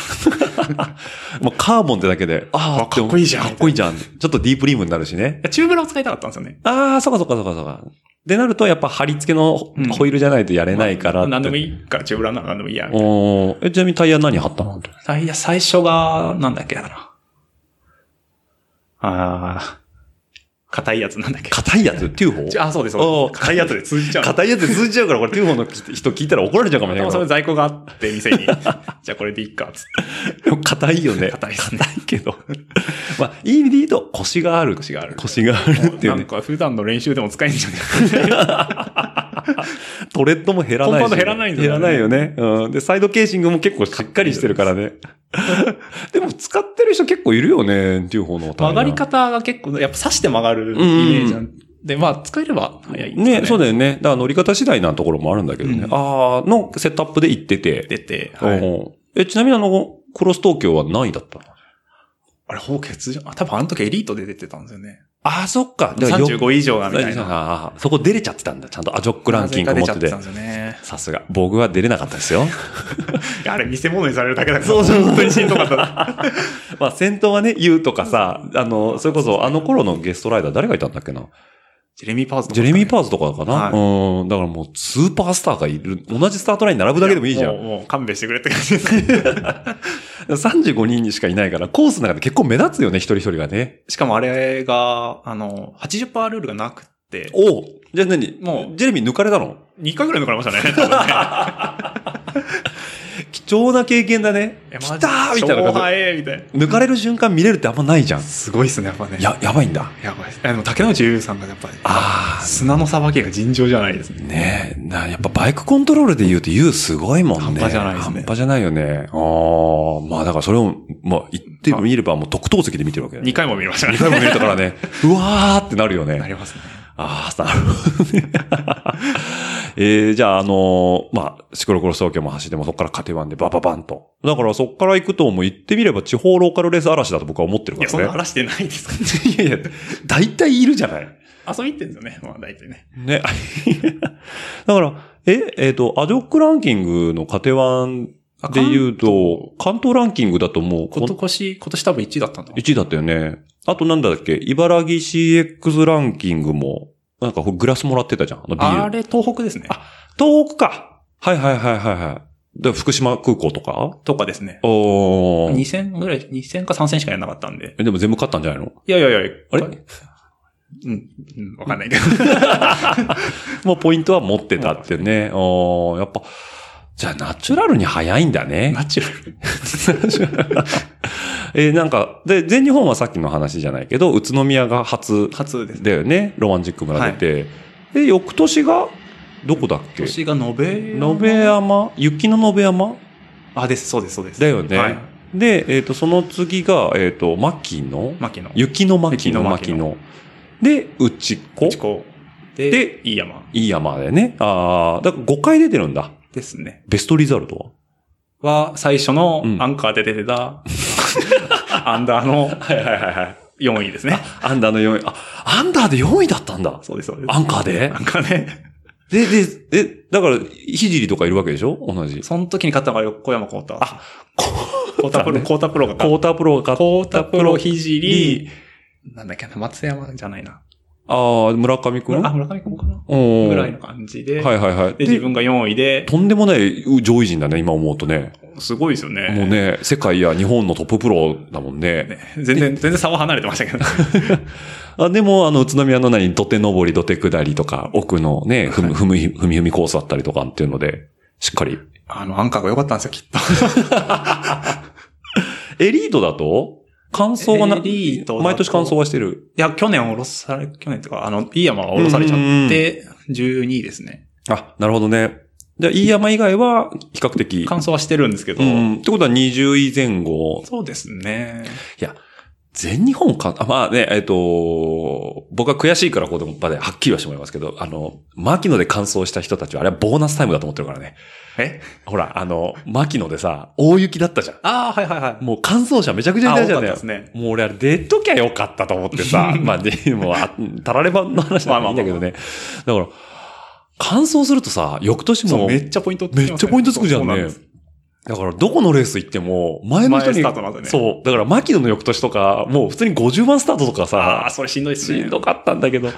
S2: な。
S1: もうカーボンってだけで、ああ、
S2: あかっこいいじゃん
S1: かっこいいじゃん。ちょっとディープリームになるしね。
S2: チューブラを使いたかったんですよね。
S1: ああ、そうかそうかそうかそうか。でなると、やっぱ貼り付けのホ
S2: うん
S1: イールじゃないとやれないからって。
S2: 何でもいいから、チューブラなら何でもいいや。
S1: おーえ、ちなみにタイヤ何貼ったの
S2: タイヤ最初が、なんだっけだな。あー、硬いやつなんだっけ。
S1: 硬いやつ、テューホ
S2: ち
S1: ー
S2: あ、そうです、
S1: お
S2: そう
S1: ー
S2: です。硬いやつで通じちゃう。
S1: 硬いやつ通じちゃうから、これテューホーの人聞いたら怒られちゃうかもし
S2: で
S1: れな
S2: もそれ
S1: い
S2: 在庫があって、店に。じ ゃあこれでいいか、つって。
S1: けど。硬いよね。
S2: 硬いですね。
S1: けど。まあ、いい意味で言うと、腰がある。
S2: 腰がある
S1: 腰があるってい
S2: な
S1: うんね。
S2: か普段の練習でも使えんじゃない
S1: トレッドも減らないし、
S2: コンパウンド減らないんだ
S1: 減ら
S2: よね
S1: ないよね。うん。で、サイドケーシングも結構しっかりしてるから ね。でも、使ってる人結構いるよね、テューホーの タイヤ
S2: 曲がり方が結構、やっぱ刺して曲がるイメージなんで、まあ使えれば早いですか
S1: ねそう
S2: で
S1: だよね。だから乗り方次第なところもあるんだけどね。
S2: うん
S1: ああ、のセットアップで行ってて。
S2: 出て、はい
S1: うんえ、ちなみにあの、クロス東京は何位だったの
S2: あれ、ほぼ欠場。あ、多分あの時エリートで出てたんですよね。
S1: ああ、そっか。だからよ
S2: 35以上がみたいな。
S1: あーそこ出れちゃってたんだ。ちゃんとアジョックランキング持
S2: な
S1: っ
S2: ぜか
S1: て
S2: 出ち
S1: て
S2: ゃってたん。ですよね。
S1: さすが。僕は出れなかったですよ。
S2: いやあれ、見せ物にされるだけだから。
S1: そうそうそう
S2: 本当にしんどかった。
S1: まあ先頭はね、ユウとかさ、あの、それこそあの頃のゲストライダー誰がいたんだっけな
S2: ジェレミー・パーズとか
S1: ジェレミー・パーズとかかな、
S2: はい
S1: うん。だからもうスーパースターがいる。同じスタートラインに並ぶだけでもいいじゃ
S2: も
S1: ん。
S2: うもう勘弁してくれって感じです。
S1: 35人にしかいないから、コースの中で結構目立つよね、一人一人がね。
S2: しかもあれが、あの、80%ルールがなくって、
S1: おうじゃあ何
S2: も
S1: ジェレミー抜かれたの
S2: う2回ぐらい抜かれましたね。多分ね
S1: 貴重な経験だね。
S2: え
S1: 来たーみたい
S2: マ
S1: な
S2: ジでしょうが
S1: 感
S2: えーみたいな。
S1: じ。抜かれる瞬間見れるってあんまないじゃん。
S2: すごいっすね、やっぱね。
S1: や、やばいんだ。
S2: やばいです。あでも、竹野内優さんがやっぱり、
S1: あ
S2: 砂のさばきが尋常じゃないですね。
S1: あ、ねえ。な、やっぱバイクコントロールで言うと U すごいもんね。
S2: 半端じゃないですね
S1: 半端じゃないよね。ああ、まあだからそれを、まあ言ってみればもう特等席で見てるわけだね
S2: 2回も見ました
S1: 2。
S2: ね
S1: 回も見れたからね、 うわーってなるよね。
S2: なりますね。
S1: ああ、なるほどね。 えー、じゃあ、あのーまあ、シクロクロス東京も走っても、そこからカテワンでバババンと。だから、そこから行くと、もう言ってみれば地方ローカルレース嵐だと僕は思ってる
S2: い
S1: か
S2: や、そん
S1: ら
S2: な
S1: ね。
S2: 話してないです か
S1: いやいや、大体いるじゃない。
S2: 遊び行ってんですよね。まあ、大体ね。
S1: ね。 だから、え、えっ、と、アジョックランキングのカテワンで言うと、関東ランキングだともう、
S2: 今年、今年多分1位だったんだ。
S1: 1位だったよね。あとなんだっけ、茨城 CX ランキングも、なんかこれグラスもらってたじゃん。あのビー
S2: あ
S1: ル。
S2: れ、東北ですね。
S1: あ東北か。はいはいはいはいはい。で、福島空港とか
S2: とかですね。
S1: おー。
S2: 2000ぐらい、2000か3000しかやらなかったんで。
S1: えでも全部勝ったんじゃないの
S2: いやいやいや、
S1: あれ
S2: うん、うん、わかんないけど。
S1: もうポイントは持ってたってね。おー、やっぱ、じゃあナチュラルに早いんだね。
S2: ナチュラル。
S1: えーなんか、で、全日本はさっきの話じゃないけど、宇都宮が初
S2: 初ですね。
S1: だよね。ロマンチック村出て。で、翌年が、どこだっけ
S2: 年が延べ、
S1: 野辺山雪の野辺山
S2: あ、です、そうです、そうです。
S1: だよね。
S2: はい。
S1: で、えっ、と、その次が、えっ、と、牧野
S2: 牧野。
S1: 雪の牧野牧
S2: 牧野
S1: 野。で、内子。
S2: 内子。で、
S1: で
S2: いい山
S1: いい山でね。ああ、だから5回出てるんだ。
S2: ですね。
S1: ベストリザルトは
S2: は、最初の
S1: うん
S2: アンカーで出て た、アンダーの
S1: はいはいはいはい。
S2: 4位ですね。
S1: アンダーの4位。あ、アンダーで4位だったんだ。
S2: そうです、そうです。
S1: アンカーで
S2: アンカーね。
S1: で、で、え、だから、ひじりとかいるわけでしょ同じ。
S2: その時に勝ったのが横山幸太。
S1: あ、
S2: コータプロ、
S1: ね
S2: コータプロが
S1: コ
S2: 勝っ
S1: ータプロが
S2: た。
S1: 勝
S2: コ
S1: っ
S2: ータプロ、ひじり、なんだっけな、松山じゃないな。
S1: ああ、村上くん
S2: あ、村上君かな
S1: うん。
S2: ぐらいの感じで、
S1: はいはいはい。
S2: で、自分が4位で、
S1: とんでもない上位陣だね、今思うとね。
S2: すごいですよね。
S1: もうね、世界や日本のトッププロだもんね。
S2: ね。全然、全然差は離れてましたけど。
S1: あでも、あの、宇都宮の何、土手上り、土手下りとか、奥のね、ふむ、ふむ、ふみふみコースだったりとかっていうので、しっかり。
S2: あの、アンカーが良かったんですよ、きっと。
S1: エリートだと感想がな、
S2: エリートだと
S1: 毎年感想はしてる。
S2: いや、去年おろされ、去年とか、あの、いい山はおろされちゃって、12位ですね。
S1: あ、なるほどね。じゃあ、飯山以外は、比較的。
S2: 感想はしてるんですけど、
S1: うん。ってことは20位前後。
S2: そうですね。
S1: 全日本か、あまあね、えっ、と、僕は悔しいからこの場ではっきりはしてもらいますけど、あの、牧野で完走した人たちはあれはボーナスタイムだと思ってるからね。
S2: え
S1: ほら、あの、牧野でさ、大雪だったじゃん。
S2: ああ、はいはいはい。
S1: もう完走者めちゃくちゃい
S2: あ
S1: た
S2: 多
S1: じゃ
S2: か
S1: ん
S2: った
S1: ね
S2: で。すね。
S1: もう俺あれ出ときゃよかったと思って さ、まあでも、あたらればの話なんでいいんだけどね。だから、完走するとさ、翌年
S2: そう、
S1: も
S2: めっちゃポイントつきます
S1: め
S2: ね
S1: っちゃポイントつくじゃん
S2: そうな
S1: ね
S2: です。
S1: だから、どこのレース行っても、前の人に、
S2: 前スタートの後ね
S1: そう。だから、牧野の翌年とか、もう普通に50番スタートとか
S2: あ
S1: さ
S2: あ、、それしんどいっ
S1: し
S2: すね。
S1: んどかったんだけど、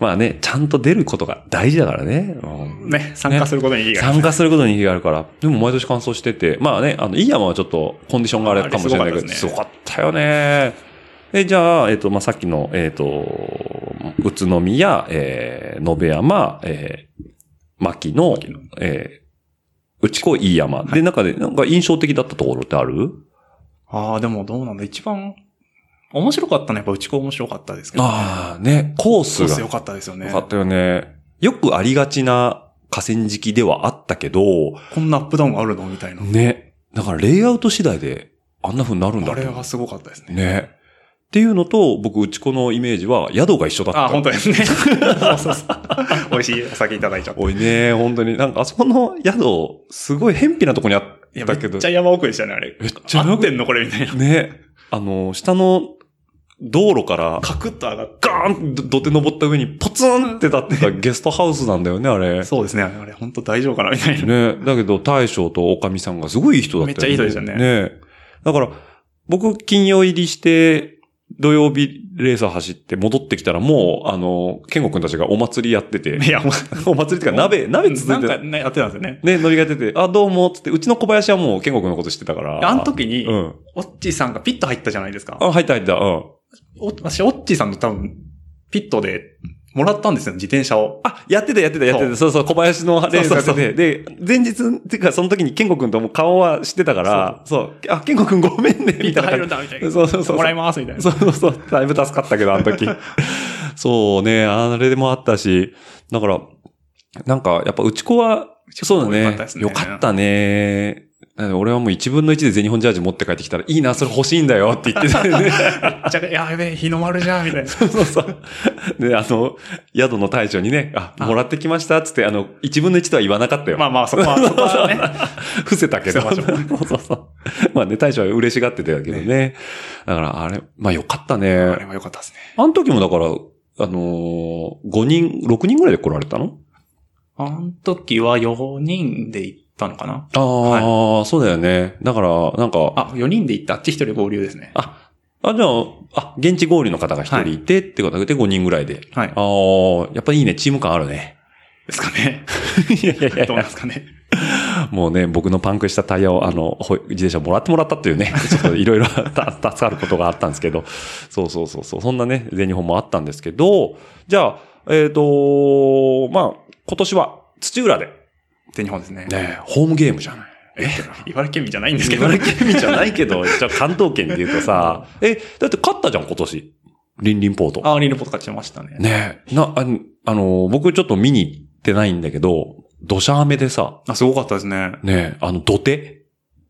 S1: まあね、ちゃんと出ることが大事だからね。うん
S2: ね、参加することに意義がある。
S1: 参加することに意義があるから。でも毎年完走してて。まあね、あの、いい山はちょっとコンディションがあれかもしれないけど、
S2: あれ
S1: す
S2: す
S1: ご
S2: ご
S1: かったよね。で、じゃあ、えっ、と、まあ、さっきの、えっ、と、宇都宮、えー、延山、えー、牧野、
S2: 野
S1: えー、内子、いい山。で、中で、なんか印象的だったところってある
S2: ああ、でもどうなんだ。一番、面白かったのはやっぱうち子面白かったですけど、
S1: ああ、ね、コース
S2: そ
S1: が
S2: うです。良かったですよね
S1: よ。かったよね。よくありがちな河川敷ではあったけど、
S2: こんなアップダウンあるのみたいな。
S1: ね。だからレイアウト次第であんな風になるんだと
S2: あれはすごかったですね。
S1: ね。っていうのと、僕、うちこのイメージは宿が一緒だった。
S2: ああ、本当ですね。そうそうそう美味しいお酒いただいちゃって。
S1: おいね、本当に。なんか、あそこの宿、すごい偏僻なとこにあっ
S2: いや、め
S1: た
S2: っ
S1: けど
S2: ちゃ。山奥でしたね、あれ。
S1: めっちゃ
S2: 合ってんのこれみたいな。
S1: ね。あの、下の道路から、
S2: カクッと上がって。
S1: ガーンと土手登った上にポツンって立ってたゲストハウスなんだよね、あれ。
S2: そうですね。あれ、本当大丈夫かなみたいな。
S1: ね。だけど、大将とおかみさんがすごいいい人だったよ
S2: めっちゃいい人でしたね
S1: ね。だから、僕、金曜入りして、土曜日レース走って戻ってきたらもう、あの、健吾くんたちがお祭りやってて、
S2: いや、もう、
S1: お祭りっていうか鍋、鍋続いて
S2: なん
S1: た
S2: かね、やってたんですよね。
S1: ね、ノリが出て、あ、どうも、つって、うちの小林はもう、健吾君のこと知ってたから。
S2: あの時に、
S1: うん。
S2: オッチーさんがピット入ったじゃないですか。
S1: あ、入った入った、うん。
S2: お私、オッチーさんの多分、ピットで、もらったんですよ、自転車を。
S1: あ、やってたやってたやってた。そうそう、小林のレースやって
S2: そうそ
S1: て。で、前日、っていうか、その時に健吾君とも顔は知ってたから、そう。あ、健吾君ごめんね、
S2: ピ
S1: み
S2: ッ
S1: た
S2: ト
S1: いな
S2: 入る
S1: 感
S2: んだ、みたい
S1: じ。
S2: な。
S1: そうそうそう。
S2: もらいます、みたいな。
S1: そうそうそう。だいぶ助かったけど、あの 時。そうね、あれでもあったし、だから、なんか、やっぱ、うち子は、そうだ
S2: 良
S1: ね
S2: かったで。すね
S1: よかったね。うん俺はもう1分の1で全日本ジャージ持って帰ってきたら、いいな、それ欲しいんだよって言ってたよ ね。
S2: じゃあ、やべえ、日の丸じゃん、みたいな。
S1: そうそう。で、あの、宿の大将にね、あ、もらってきましたっつって、あの、1分の1とは言わなかったよ。
S2: まあまあ、そこは、そこ はね。
S1: 伏せたけど。そ
S2: 伏
S1: う
S2: せま し
S1: そうそう。まあね、大将は嬉しがってたけどね。だから、あれ、まあよかったね。
S2: あれは良かったですね。
S1: あの時もだから、あのー、5人、6人ぐらいで来られたの
S2: あの時は4人で行ったのかな
S1: ああ、そうだよね。だから、なんか、あ、
S2: あ、4人で行った。あっち1人合流ですね。
S1: あじゃあ、あ、現地合流の方が1人いて、ってことで5人ぐらいで。
S2: はい。
S1: ああ、やっぱいいね、チーム感あるね。
S2: ですか ね。
S1: いやいやいや
S2: どうなんですかね。
S1: もうね、僕のパンクしたタイヤを、あの、ほ自転車もらってもらったという ね、ちょっといろいろた助かることがあったんですけど、そうそうそうそう、そんなね、全日本もあったんですけど、じゃあ、えっ、とまあ、今年は土浦で、
S2: 全日本ですね。
S1: ね、ホームゲームじゃない。
S2: 茨城県民じゃないんですけど。
S1: 茨城県じゃないけど、じゃあ関東圏で言うとさ、え、だって勝ったじゃん、今年。リンリンポート。
S2: あ、リンルポート勝ちましたね。
S1: ねな、あの、あの僕ちょっと見に行ってないんだけど、土砂雨でさ、
S2: あ、すごかったですね。
S1: ねあの、土手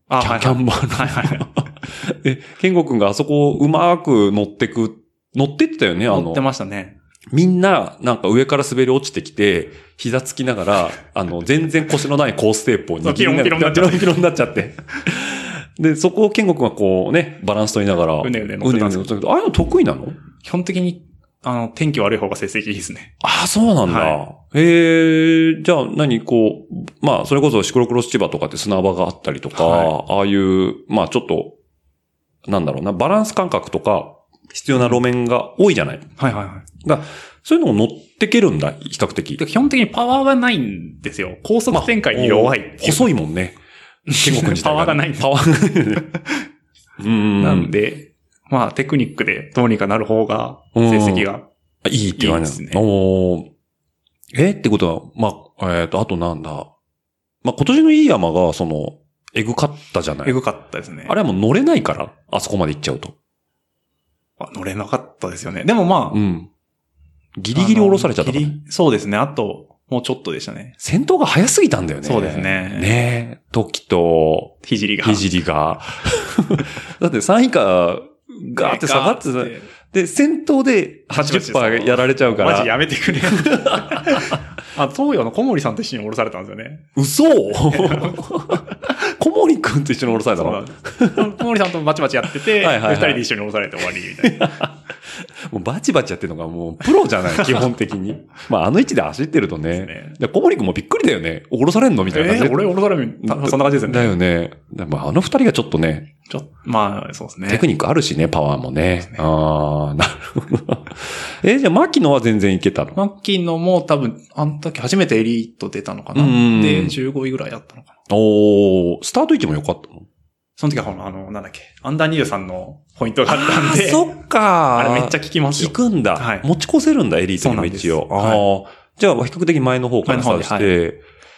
S2: あ、
S1: キャ
S2: はい
S1: キャ
S2: はい。
S1: ンバーの。
S2: はいはいは
S1: え、ケンゴくんがあそこをうまく乗ってく、乗ってってたよね、あ
S2: 乗
S1: の
S2: って、ましたね。
S1: みんな、なんか上から滑り落ちてきて、膝つきながら、あの、全然腰のないコーステープを握りながら、
S2: ピロ
S1: ピ
S2: ンピロンになっちゃ
S1: ロンピロンになっちゃって。で、そこをケンゴくんはこうね、バランス取りながら、
S2: うねうね
S1: 乗っ
S2: 乗っ
S1: て
S2: て
S1: た
S2: た
S1: ん
S2: ん
S1: で
S2: です
S1: すけど、ああいうの得意なの
S2: 基本的に、あの、天気悪い方が成績いいですね。
S1: ああ、そうなんだ。
S2: は
S1: ええじゃあ何、こう、まあ、それこそシクロクロス千葉とかって砂場があったりとか、
S2: は
S1: ああいう、まあちょっと、なんだろうな、バランス感覚とか、必要な路面が多いじゃない。
S2: はいはいはい。
S1: そういうのも乗ってけるんだ、比較的。
S2: 基本的にパワーがないんですよ。高速展開に弱い
S1: まあお細いもんね。建国自体
S2: パワーがないんです
S1: パワーが ない。うん。
S2: なんで、まあテクニックでどうにかなる方が、
S1: うん
S2: 成績が。
S1: あいいって感じ
S2: いい
S1: な
S2: です
S1: の。おーえーってことは、まあ、えっ、と、あとなんだ。まあ、今年のいい山が、その、えぐかったじゃな
S2: え
S1: い。
S2: ぐかったですね。
S1: あれはもう乗れないから、あそこまで行っちゃうと。
S2: あ乗れなかったですよね。でもまあ
S1: う、ん。ギリギリ降ろされちゃった
S2: あ
S1: か
S2: のギ
S1: ら、
S2: リそうですね。あと、もうちょっとでしたね。
S1: 戦闘が早すぎたんだよね。
S2: そうですね
S1: ねえ。時と、
S2: ひじりが。
S1: ひじりが。 だって3位以下、ガーって下がってた、で、戦闘で80%やられちゃうか
S2: マジ
S1: ら。
S2: やめてくれ。 あ、東洋の小森さんと一緒に降ろされたんですよね。
S1: 嘘小森くんと一緒に降ろされた
S2: そう
S1: の
S2: なんです小森さんとバチバチやってて、 で
S1: はいはいはい
S2: 二人で一緒に降ろされて終わりみたいな。
S1: もうバチバチやってるのがもうプロじゃ ない、基本的に。まあ、あの位置で走ってるとね。
S2: ですね
S1: で小森くんもびっくりだよね。降ろされんのみたいな 感
S2: え
S1: じで。
S2: ー、俺降ろされるたそんな感じですよ
S1: だ
S2: ね。
S1: よね。でもあの二人がちょっとね、
S2: ちょっとまあ、そうですね。
S1: テクニックあるしね、パワーもね
S2: す。ね
S1: ああ、なるほど。えじゃあ、牧野は全然いけたの
S2: マッキーのも多分、あの時初めてエリート出たのかな。
S1: うんうんうん
S2: で、15位ぐらいだったのかな。
S1: おースタート位置も良かったの
S2: その時はほら、あの、なんだっけ、アンダー23のポイントがあったんで、
S1: そっか
S2: あれめっちゃ効きますよ
S1: 聞。くんだ、
S2: はい
S1: 持ち越せるんだ、エリートにも一応。
S2: そうなんで
S1: あ
S2: す
S1: あじゃあ、比較的前の方からスタートして、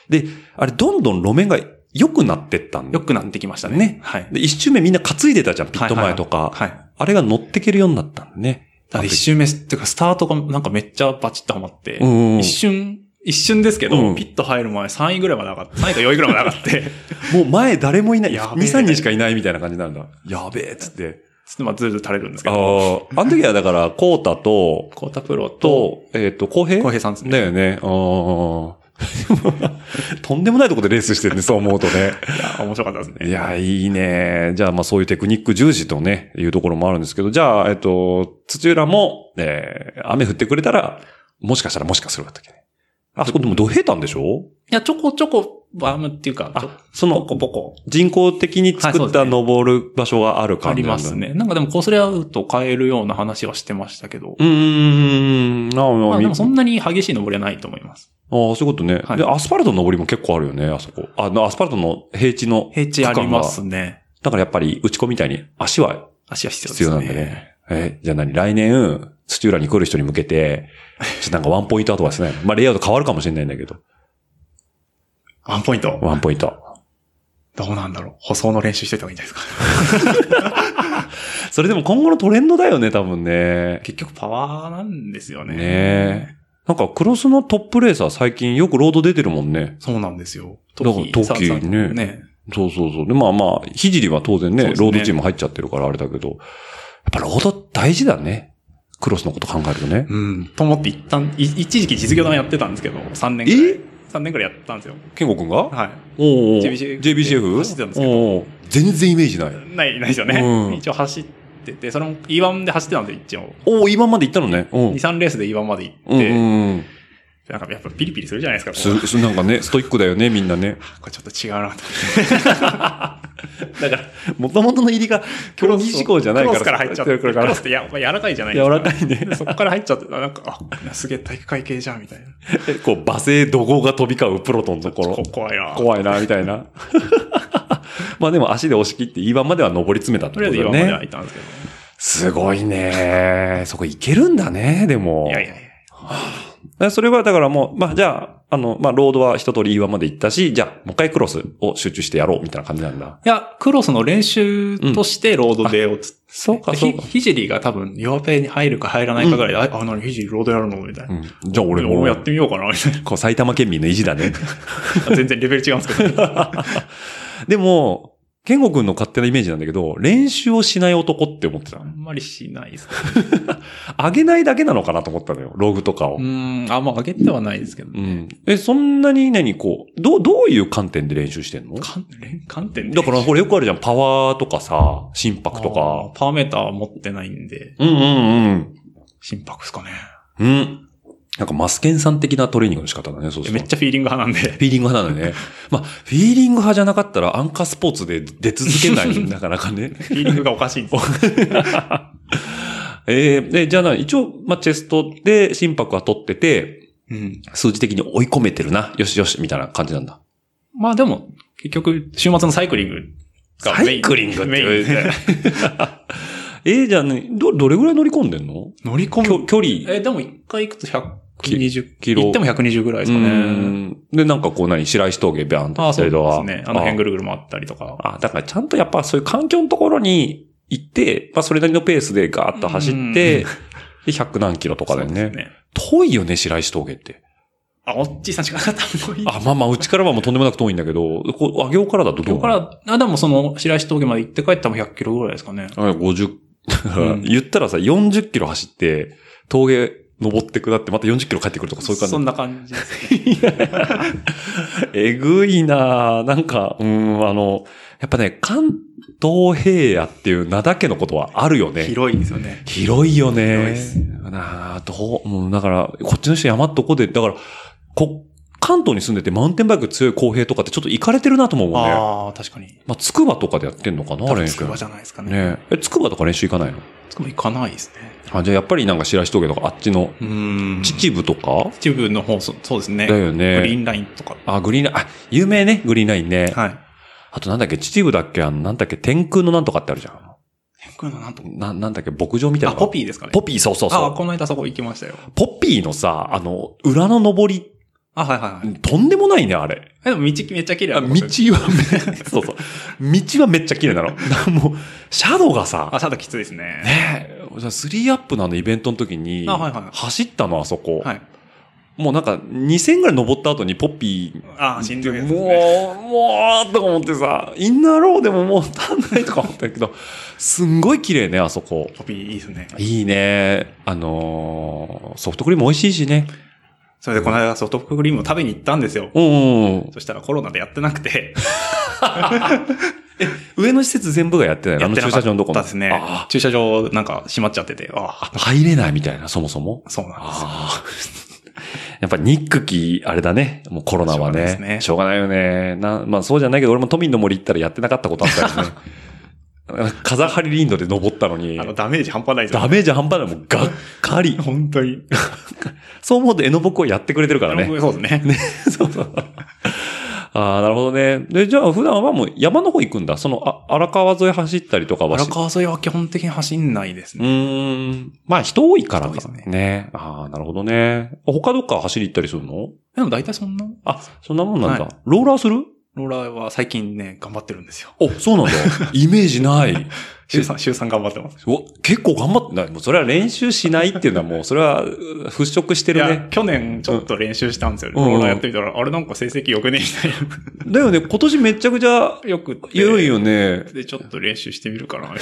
S2: 前の
S1: で、あれ、どんどん路面が良くなってったんだ
S2: 良くなってきましたね。
S1: ね
S2: はい。
S1: で、一周目みんな担いでたじゃん、ピット前とか。
S2: はい。
S1: あれが乗ってけるようになったんだね。
S2: だから一周目、っていうかスタートがなんかめっちゃバチッとハマって、
S1: うんうん
S2: 一瞬、一瞬ですけど、
S1: うん
S2: ピット入る前3位ぐらいまで上がって、3位か4位ぐらいまで上がって、
S1: もう前誰もいない。
S2: や
S1: 2、
S2: べえ
S1: 3人しかいないみたいな感じなんだ。やべえっつって。
S2: ちょっとまあずるずる垂れるんですけ
S1: あ
S2: ど、
S1: あ、あの時はだから、コータと、
S2: コータプロと、
S1: と、えっ、と、浩平
S2: 浩平さんですね。
S1: だよね。あー とんでもないとこでレースしてるね、そう思うと ね。
S2: いや面白かったですね。
S1: いや、いいね。じゃあ、まあそういうテクニック重視とね、いうところもあるんですけど、じゃあ、えっ、と、土浦も、えー雨降ってくれたら、もしかしたらもしかするわけね。あそこでもど平坦でしょ
S2: いや、ちょこちょこバームっていうか、ちょ
S1: あ、その、
S2: ボコボコ
S1: 人工的に
S2: はいそ
S1: 作っ
S2: うで
S1: た
S2: すね
S1: 登る場所がある
S2: あ
S1: 感じ
S2: り
S1: な
S2: ま
S1: んだ
S2: す。ね。なんかでもこうすり合うと変えるような話はしてましたけど、
S1: うーん、なあ、まあ
S2: まあ
S1: み
S2: で
S1: あ
S2: もそんなに激しい登りはないと思います。
S1: そういうことね、
S2: はい
S1: で、アスファルトの登りも結構あるよね、あそこ。あの、アスファルトの平地の。
S2: 平地ありますね。
S1: だからやっぱり、打ち子みたいに足は
S2: 足は必要で
S1: 必
S2: すね。
S1: 要なんだね。え、じゃあ何来年、土浦に来る人に向けて、ちょっとなんかワンポイントアドバイスね。まあ、レイアウト変わるかもしれないんだけど。
S2: ワンポイント。
S1: ワンポイント。
S2: どうなんだろう。舗装の練習しといた方がいいんじゃないですか。
S1: それでも今後のトレンドだよね、多分ね。
S2: 結局パワーなんですよね。
S1: ねえ。なんかクロスのトップレーサー最近よくロード出てるもんね。
S2: そうなんですよ。
S1: だから
S2: トッキー
S1: トッキーね
S2: ね。
S1: そうそうそう。で、まあまあ、ひじりは当然ね、
S2: そうです
S1: ロ
S2: ね
S1: ードチーム入っちゃってるからあれだけど、やっぱロード大事だね。クロスのこと考えるとね。
S2: うん。と思って一旦、い一時期実業団やってたんですけど、3年ぐらい。3年ぐらいやったんですよ。
S1: 健吾くんが
S2: は
S1: おうおう
S2: JBCF
S1: JBCF?
S2: 走ってたんですけど
S1: おうおう全然イメージない。
S2: い。ない、ないですよね。
S1: うん
S2: 一応走ってて、それも E1 で走ってたんですよ、一応。
S1: おお今まで行ったのね。うん
S2: 2、。3レースで E1 まで行って、
S1: うんうんうん。
S2: なんかやっぱピリピリするじゃないですか、こ
S1: す、
S2: う
S1: す、なんかね、ストイックだよね、みんなね。
S2: これちょっと違うな と思って。
S1: だから、元々の入りが
S2: ク
S1: 競技事項じゃないから。
S2: クロスから入っちゃって。ク
S1: これか
S2: ロ
S1: ら
S2: ス。ってや柔らかいじゃないです
S1: 柔
S2: か。
S1: らかいね。
S2: でそこから入っちゃって、あなんか、あ、すげえ体育会系じゃん、みたいな。
S1: こう、罵声怒号が飛び交うプロトンのところ
S2: こ。怖いな。
S1: 怖いな、みたいな。まあでも足で押し切って、E1 までは上り詰めたって
S2: と
S1: こ
S2: りあ
S1: とだ
S2: えず E1
S1: よ
S2: までは
S1: ね。
S2: 行ったんですけど。
S1: すごいね。そこいけるんだね、でも。
S2: いやいやいや。
S1: えそれはだからもう、まあじゃあ、あの、まあロードは一通り E1 まで行ったし、じゃあ、もう一回クロスを集中してやろう、みたいな感じなんだ。
S2: いや、クロスの練習としてロードデーをつ、
S1: そうか、そ
S2: ひ
S1: うか。
S2: ひじりが多分、弱ペに入るか入らないかぐらいで、あ、あ何、ひじりロードやるのみたいな。
S1: うん、じゃあ俺
S2: 俺
S1: も
S2: もやってみようかな、みたい
S1: こう埼玉県民の意地だ ね。
S2: な。全然レベル違うんですけど。
S1: でも、健吾くんの勝手なイメージなんだけど、練習をしない男って思ってた
S2: あ。んまりしないですね。
S1: 上げないだけなのかなと思ったのよ、ログとかを
S2: う。ん、あ、まあ、上げてはないですけど
S1: う。ん。え、そんなに何こう、どう、どういう観点で練習してんの
S2: 観連観点で
S1: だから、ほらよくあるじゃん、パワーとかさ、心拍と
S2: あー
S1: か。
S2: パーメーターは持ってないんで、
S1: うんうん
S2: 心拍ですかね。
S1: うん。うん。なんかマスケンさん的なトレーニングの仕方だね、そう
S2: い
S1: す
S2: や
S1: る
S2: め
S1: と
S2: っちゃフィーリング派なん で。
S1: フィーリング派なんだね。まあ、フィーリング派じゃなかったら、アンカースポー ツで出続けない、なかなかね。
S2: フィーリングがおかしいんですよ。
S1: えー、で、じゃあな、一応、まあ、チェストで心拍は取ってて、
S2: うん。
S1: 数字的に追い込めてるな。よしよし、みたいな感じなんだ。
S2: まあでも、結局、週末のサイクリングが
S1: サ
S2: メイン。
S1: イクリングって
S2: メイン。
S1: えー、じゃあね、ど、どれぐらい乗り込んでんの
S2: 乗り込
S1: き
S2: む。
S1: ょ距離。
S2: え、でも一回行くと120
S1: キロ
S2: 行っても120ぐらいですか
S1: う
S2: ね。
S1: んで、なんかこう何、白石峠ビャンと
S2: ああ、そうで
S1: と
S2: す
S1: か
S2: ね。あの辺ぐ
S1: あ
S2: るぐる回ったりとか。
S1: あだからちゃんとやっぱそういう環境のところに行って、まあそれなりのペースでガーッと走って、
S2: うん
S1: で、100何キロとかだよ
S2: そうで
S1: ね
S2: す。ね。
S1: 遠いよね、白石峠って。
S2: あ、おっちいさんしか多分
S1: あ、まあまあ、うちからはもうとんでもなく遠いんだけど、こう、あ行からだとどう
S2: 今日から、あ、でもその、白石峠まで行って帰ったらもう100キロぐらいですかね。
S1: ら。あ、50、
S2: うん
S1: 言ったらさ、40キロ走って、峠登って下って、また40キロ帰ってくるとか、そういう感じ
S2: そ。んな感じですね。
S1: えぐいなぁなんか、うん、あの、やっぱね、関東平野っていう名だけのことはあるよね。
S2: 広いですよね。
S1: 広いよ
S2: 広い
S1: ね
S2: っす。
S1: なあどう、もうだから、こっちの人山どこで、だから、こ、関東に住んでてマウンテンバイク強い公平とかってちょっと行かれてるなとも思うね。
S2: ああ、確かに。
S1: まあ、つくばとかでやってんのかな、練
S2: つ
S1: 習
S2: く。ばじゃないですかね。
S1: ねえ、つくばとか練習行かないの
S2: つくば行かないですね。
S1: あ、じゃあやっぱりなんか白石峠とかあっちの、
S2: うん
S1: 秩父とか
S2: 秩父の方、そそうですね。
S1: だよね
S2: グリーンラインとか。
S1: あ、グリーンライン、あ、有名ね、グリーンラインね。
S2: はい。
S1: あとなんだっけ、秩父だっけ、あの、なんだっけ、天空のなんとかってあるじゃん。
S2: こういうのなんと
S1: な、なんだっけ、牧場みたい
S2: あ、
S1: な。
S2: ポピーですかね。
S1: ポピー、そうそう
S2: あ、
S1: そ
S2: この間そこ行きましたよ。
S1: う。ポピーのさ、あの、裏の登り、
S2: あ、はいはいはい。
S1: とんでもないね、あれ。
S2: えでも道めっちゃ綺麗
S1: あ
S2: だ
S1: 道
S2: と
S1: はめ、
S2: 思うんですよ
S1: そうそう。道はめっちゃ綺麗なの。 もう、シャドウがさ
S2: あ、、シャドウきついですね。
S1: ねえ、スリーアップのあのイベントの時に、
S2: あはいはい
S1: 走ったの、あそこ。
S2: はい。
S1: もうなんか、2000ぐらい登った後にポピー、
S2: あ、しんどいですね。
S1: もう、もう、とか思ってさ、インナーローでももう足んないとか思ったけど、すんごい綺麗ね、あそこ。
S2: ポピーいいですね。
S1: いいね。あのーソフトクリーム美味しいしね。
S2: それでこの間ソフトクリームを食べに行ったんですよ。
S1: うんうんうん。
S2: そしたらコロナでやってなくて、
S1: 上の施設全部がやってないの あ
S2: やっ
S1: の
S2: て
S1: 駐
S2: なか
S1: 車場のとこ
S2: った
S1: の。
S2: ですね
S1: あ。
S2: 駐車場なんか閉まっちゃってて、あ
S1: あ入れないみたいな、そもそも。
S2: そうなんですよ。
S1: ああ。 やっぱニックキあれだね。もうコロナは
S2: しょうがないです
S1: ね。
S2: ね
S1: しょうがないよね。な、まあそうじゃないけど、俺も都民の森行ったらやってなかったことあった よね。風張りリンドで登ったのに
S2: あ、の、ダメージ半端ないですよ
S1: ダメージ半端ない。もうがっかり。
S2: 本当に。
S1: そう思うと絵の僕をやってくれてるからね。
S2: そうですね。
S1: そうそう。ああ、なるほどね。で、じゃあ普段はもう山の方行くんだ。その、あ、荒川沿い走ったりとかはし
S2: 荒川沿いは基本的に走んないです
S1: う
S2: ね。
S1: ーん。まあ人多いからか
S2: 人多いです
S1: ね。ああ、なるほどね。他どっか走り行ったりするの
S2: でも大体そんな、
S1: あ、そんなもんなんだ。
S2: は
S1: ローラーする
S2: ローラーは最近ね、頑張ってるんですよ。
S1: お、そう なんだ。イメージない。
S2: 週3、週3頑張ってます。
S1: お結構頑張ってない。もうそれは練習しないっていうのはもう、それはう払拭して
S2: い
S1: る
S2: や
S1: ね、。
S2: 去年ちょっと練習したんですよ。
S1: うんうん
S2: ローラーやってみたら、あれなんか成績良くねみたい
S1: だよね、今年めちゃくちゃ
S2: な。よくって。
S1: 良いよね。
S2: で、ちょっと練習してみる かな。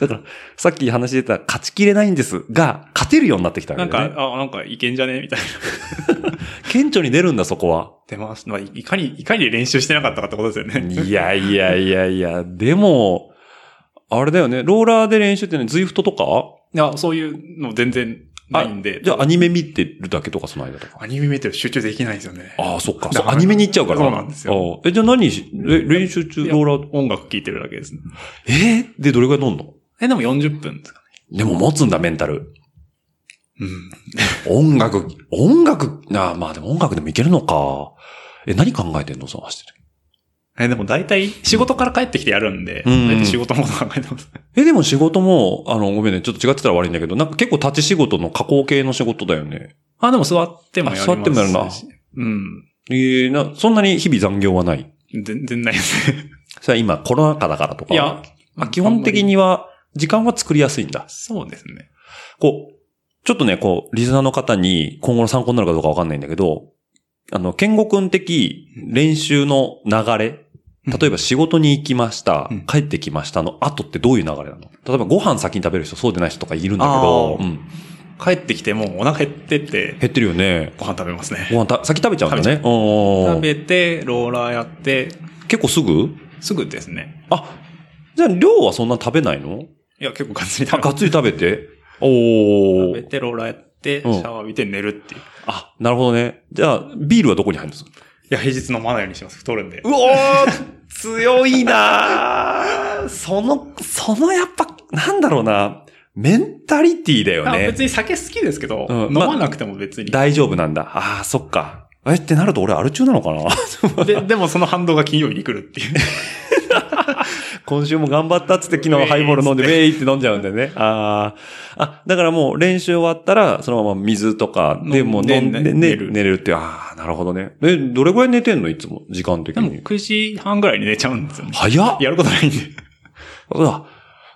S1: だから、さっき話してた勝ちきれないんですが、勝てるようになってきたわ
S2: な
S1: け
S2: ん
S1: だよね。
S2: か、あ、なんかいけんじゃねみたいな。
S1: 顕著に出るんだ、そこは。
S2: 出ます。まあ、いかに、いかに練習してなかったかってことですよね。
S1: いやいやいやいや、でも、あれだよね、ローラーで練習ってね、ズイフトとか
S2: いや、そういうの全然ないんで。
S1: じゃあアニメ見てるだけとか、その間とか。
S2: アニメ見てる集中できないんですよね。
S1: ああ、そっか。
S2: だ
S1: そ
S2: か
S1: う
S2: ら
S1: アニメに行っちゃうから
S2: そうなんですよ。
S1: ああえ、じゃあ何し、れ練習中、
S2: いや
S1: ローラー、
S2: 音楽聴いてるだけですね。
S1: えーで、どれぐらい飲んの
S2: え、でも40分ですかね。
S1: でも持つんだ、メンタル。
S2: うん。
S1: 音楽、音楽、ああ、まあでも音楽でもいけるのか。え、何考えてんのその走ってる。
S2: え、でも大体仕事から帰ってきてやるんで、
S1: うんうん
S2: 大体仕事のこと考えてます。
S1: え、でも仕事も、あの、ごめんね、ちょっと違ってたら悪いんだけど、なんか結構立ち仕事の加工系の仕事だよね。
S2: あ、でも座ってもやります
S1: あ座ってもやるな
S2: うん。
S1: えー、な、そんなに日々残業はない
S2: 全然ないですね。
S1: それは今コロナ禍だからとか。
S2: いや、
S1: まあ、基本的には、時間は作りやすいんだ。
S2: そうですね。
S1: こう、ちょっとね、こう、リスナーの方に今後の参考になるかどうかわかんないんだけど、あの、健吾君的練習の流れ、
S2: うん
S1: 例えば仕事に行きました
S2: うん、
S1: 帰ってきましたの後ってどういう流れなの例えばご飯先に食べる人そうでない人とかいるんだけど、
S2: あー
S1: うん
S2: 帰ってきてもうお腹減ってって、
S1: 減ってるよね。
S2: ご飯食べますね。
S1: ご飯た先食べちゃうんだね。
S2: 食
S1: うん
S2: べて、ローラーやって、
S1: 結構すぐ
S2: すぐですね。
S1: あ、じゃあ量はそんな食べないの
S2: いや、結構ガッツリ
S1: あ、
S2: 食べ
S1: が
S2: ます
S1: っつり食べてお
S2: 食べ
S1: ー。
S2: て、ローラーやって、シ
S1: うん
S2: ャワー浴びて寝るっていう。い
S1: あ、なるほどね。じゃあ、ビールはどこに入るんですか
S2: や、平日飲まないようにしてます。太るんで
S1: う。おー強いなーその、そのやっぱなんだろうな、メンタリティだよ
S2: あ
S1: ね
S2: 別。に酒好きですけど、
S1: うん
S2: 飲まなくても別に。
S1: 大丈夫なんだ。ああ、そっか。えってなると俺アル中な のかな
S2: で、でもその反動が金曜日に来るっ ていう。
S1: 今週も頑張ったっつって昨日ハイボール飲んで、ウェイって飲んじゃうんだよね。ああ。あ、だからもう練習終わったら、そのまま水とかで
S2: 飲ん
S1: もう飲んで、
S2: で
S1: ね、
S2: 寝
S1: 寝
S2: る
S1: るっていう。ああ、なるほどね。え、どれぐらい寝てんのいつも、時間的
S2: でも
S1: に。
S2: 9時半ぐらいに寝ちゃうんですよね。
S1: 早っ
S2: やることないんで。
S1: うわ、